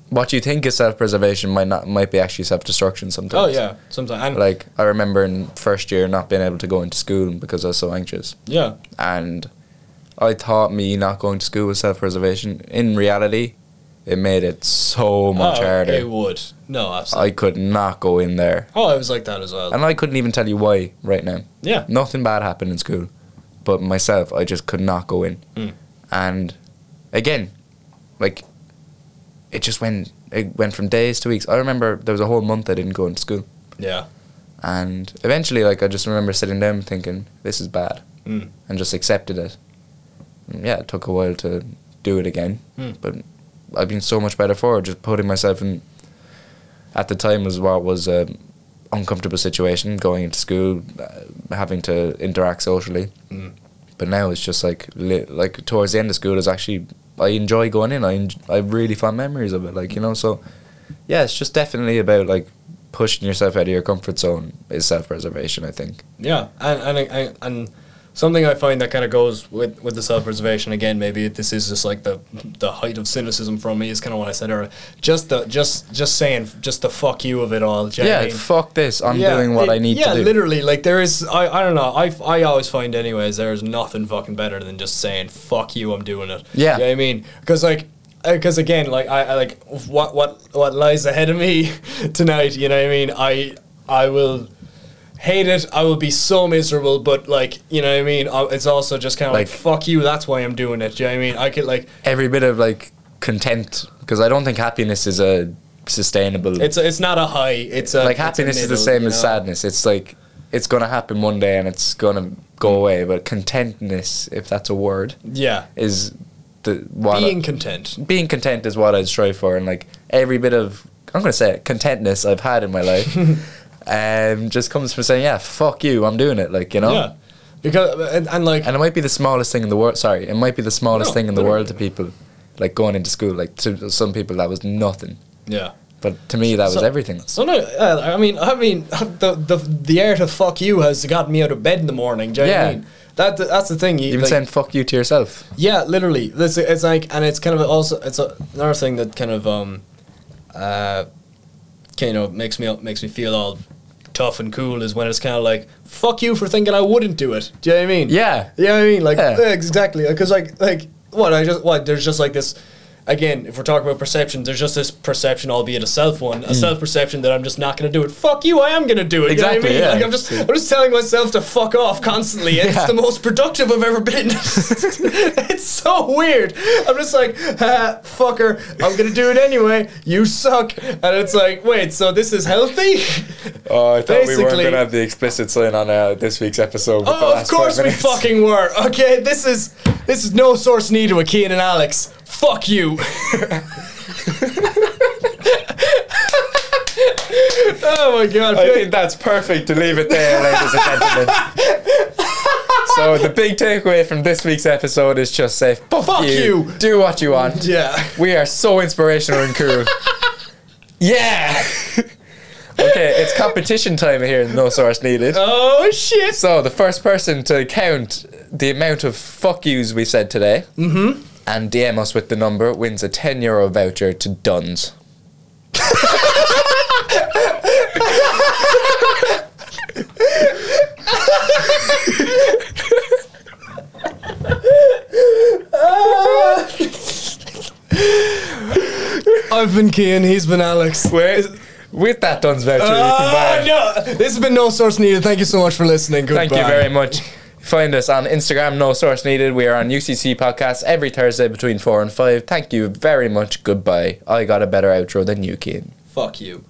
Speaker 1: what you think is self-preservation might not might be actually self-destruction
Speaker 2: oh
Speaker 1: sometimes.
Speaker 2: yeah, sometimes and
Speaker 1: Like I remember in first year not being able to go into school because I was so anxious,
Speaker 2: yeah,
Speaker 1: and I thought me not going to school was self-preservation. In reality, It made it so much
Speaker 2: Oh, It
Speaker 1: harder.
Speaker 2: would. No, absolutely.
Speaker 1: I could not go in there.
Speaker 2: oh, I was like that as well.
Speaker 1: And I couldn't even tell you why right now.
Speaker 2: Yeah.
Speaker 1: Nothing bad happened in school. But myself, I just could not go in.
Speaker 2: Mm.
Speaker 1: And again, like it just went it went from days to weeks. I remember there was a whole month I didn't go into school.
Speaker 2: Yeah.
Speaker 1: And eventually like I just remember sitting down thinking, This is bad
Speaker 2: Mm.
Speaker 1: and just accepted it. And yeah, it took a while to do it again.
Speaker 2: Mm.
Speaker 1: But I've been so much better for it, just putting myself in at the time was what was a uncomfortable situation going into school, uh, having to interact socially.
Speaker 2: Mm.
Speaker 1: But now it's just like li- like towards the end of school is actually I enjoy going in. I enj- I have really fond memories of it. Like you know, so yeah, it's just definitely about like pushing yourself out of your comfort zone is self preservation. I think.
Speaker 2: Yeah, and and and, and something I find that kind of goes with, with the self preservation again. Maybe this is just like the the height of cynicism from me is kind of what I said earlier. Just the just just saying just the fuck you of it all. do you know what I
Speaker 1: Yeah,
Speaker 2: mean?
Speaker 1: fuck this. I'm
Speaker 2: Yeah,
Speaker 1: doing what
Speaker 2: it-
Speaker 1: I need
Speaker 2: yeah,
Speaker 1: to do.
Speaker 2: literally, like there is. I, I don't know. I, I always find, anyways, there is nothing fucking better than just saying "fuck you," I'm doing it.
Speaker 1: Yeah.
Speaker 2: You know what I mean, because like, because again, like I, I like what what what lies ahead of me tonight. You know what I mean? I I will hate it. I will be so miserable. But like, you know what I mean? I, it's also just kind of like,
Speaker 1: Like-
Speaker 2: fuck you. That's why I'm doing it. Do you know what I mean? I could like
Speaker 1: every bit of like content because I don't think happiness is a sustainable.
Speaker 2: it's it's not a high. It's a
Speaker 1: like
Speaker 2: it's a
Speaker 1: happiness is the
Speaker 2: middle,
Speaker 1: same
Speaker 2: you
Speaker 1: as
Speaker 2: know?
Speaker 1: sadness. It's like it's gonna happen one day and it's gonna go away. But contentness, if that's a word,
Speaker 2: Yeah,
Speaker 1: is the what I-
Speaker 2: being content.
Speaker 1: being content is what I'd strive for, and like every bit of I'm gonna say it, contentness I've had in my life, um, just comes from saying, yeah, fuck you, I'm doing it. Like you know.
Speaker 2: Yeah, because and, and like
Speaker 1: And it might be the smallest thing in the world. Sorry, it might be the smallest
Speaker 2: No,
Speaker 1: thing in the
Speaker 2: literally.
Speaker 1: world to people. Like going into school, like to some people that was nothing,
Speaker 2: yeah.
Speaker 1: but to me that was
Speaker 2: So-
Speaker 1: everything.
Speaker 2: So no, uh, I mean, I mean, the the the art of fuck you has gotten me out of bed in the morning. Do you know what
Speaker 1: Yeah.
Speaker 2: I mean? That that's the thing. You,
Speaker 1: Even
Speaker 2: like-
Speaker 1: saying "fuck you" to yourself.
Speaker 2: yeah, literally. It's, it's like, and it's kind of also it's a, another thing that kind of um, uh, you know, makes me makes me feel all tough and cool is when it's kind of like fuck you for thinking I wouldn't do it. Do you know what I mean?
Speaker 1: Yeah,
Speaker 2: Yeah, I mean, like
Speaker 1: Yeah.
Speaker 2: yeah, exactly, because like like what I just what there's just like this. Again, if we're talking about perception, there's just this perception, albeit a self one, a
Speaker 1: Mm.
Speaker 2: self perception that I'm just not going to do it. Fuck you, I am going to do it.
Speaker 1: Exactly,
Speaker 2: You know what I mean?
Speaker 1: yeah.
Speaker 2: Like I'm just, I'm just telling myself to fuck off constantly. It's
Speaker 1: Yeah.
Speaker 2: the most productive I've ever been. it's so weird. I'm just like, ah, fucker, I'm going to do it anyway. You suck. And it's like, wait, so this is healthy?
Speaker 1: Oh, I
Speaker 2: thought we weren't Basically- gonna have
Speaker 1: the explicit sign on uh, this week's episode.
Speaker 2: Oh, of course we fucking were. Okay, this is this is no source needed with Keen and Alex. Fuck you. oh my god.
Speaker 1: that's perfect to leave it there, ladies and gentlemen. so the big takeaway from this week's episode is just say "fuck,
Speaker 2: Fuck you." you."
Speaker 1: do what you want.
Speaker 2: yeah.
Speaker 1: We are so inspirational and cool. yeah. okay, it's competition time here. No source needed.
Speaker 2: Oh shit.
Speaker 1: So the first person to count the amount of fuck yous we said today
Speaker 2: Mm-hmm.
Speaker 1: and DM us with the number wins a ten euro voucher to Duns.
Speaker 2: I've been Keen, he's been Alex.
Speaker 1: Where with that Duns voucher, you can
Speaker 2: Oh,
Speaker 1: buy.
Speaker 2: no. This has been No Source Needed. Thank you so much for listening. Goodbye.
Speaker 1: Thank you very much. Find us on Instagram, no source needed. We are on UCC Podcasts every Thursday between 4 and 5. Thank you very much. Goodbye. I got a better outro than you, Keen.
Speaker 2: Fuck you.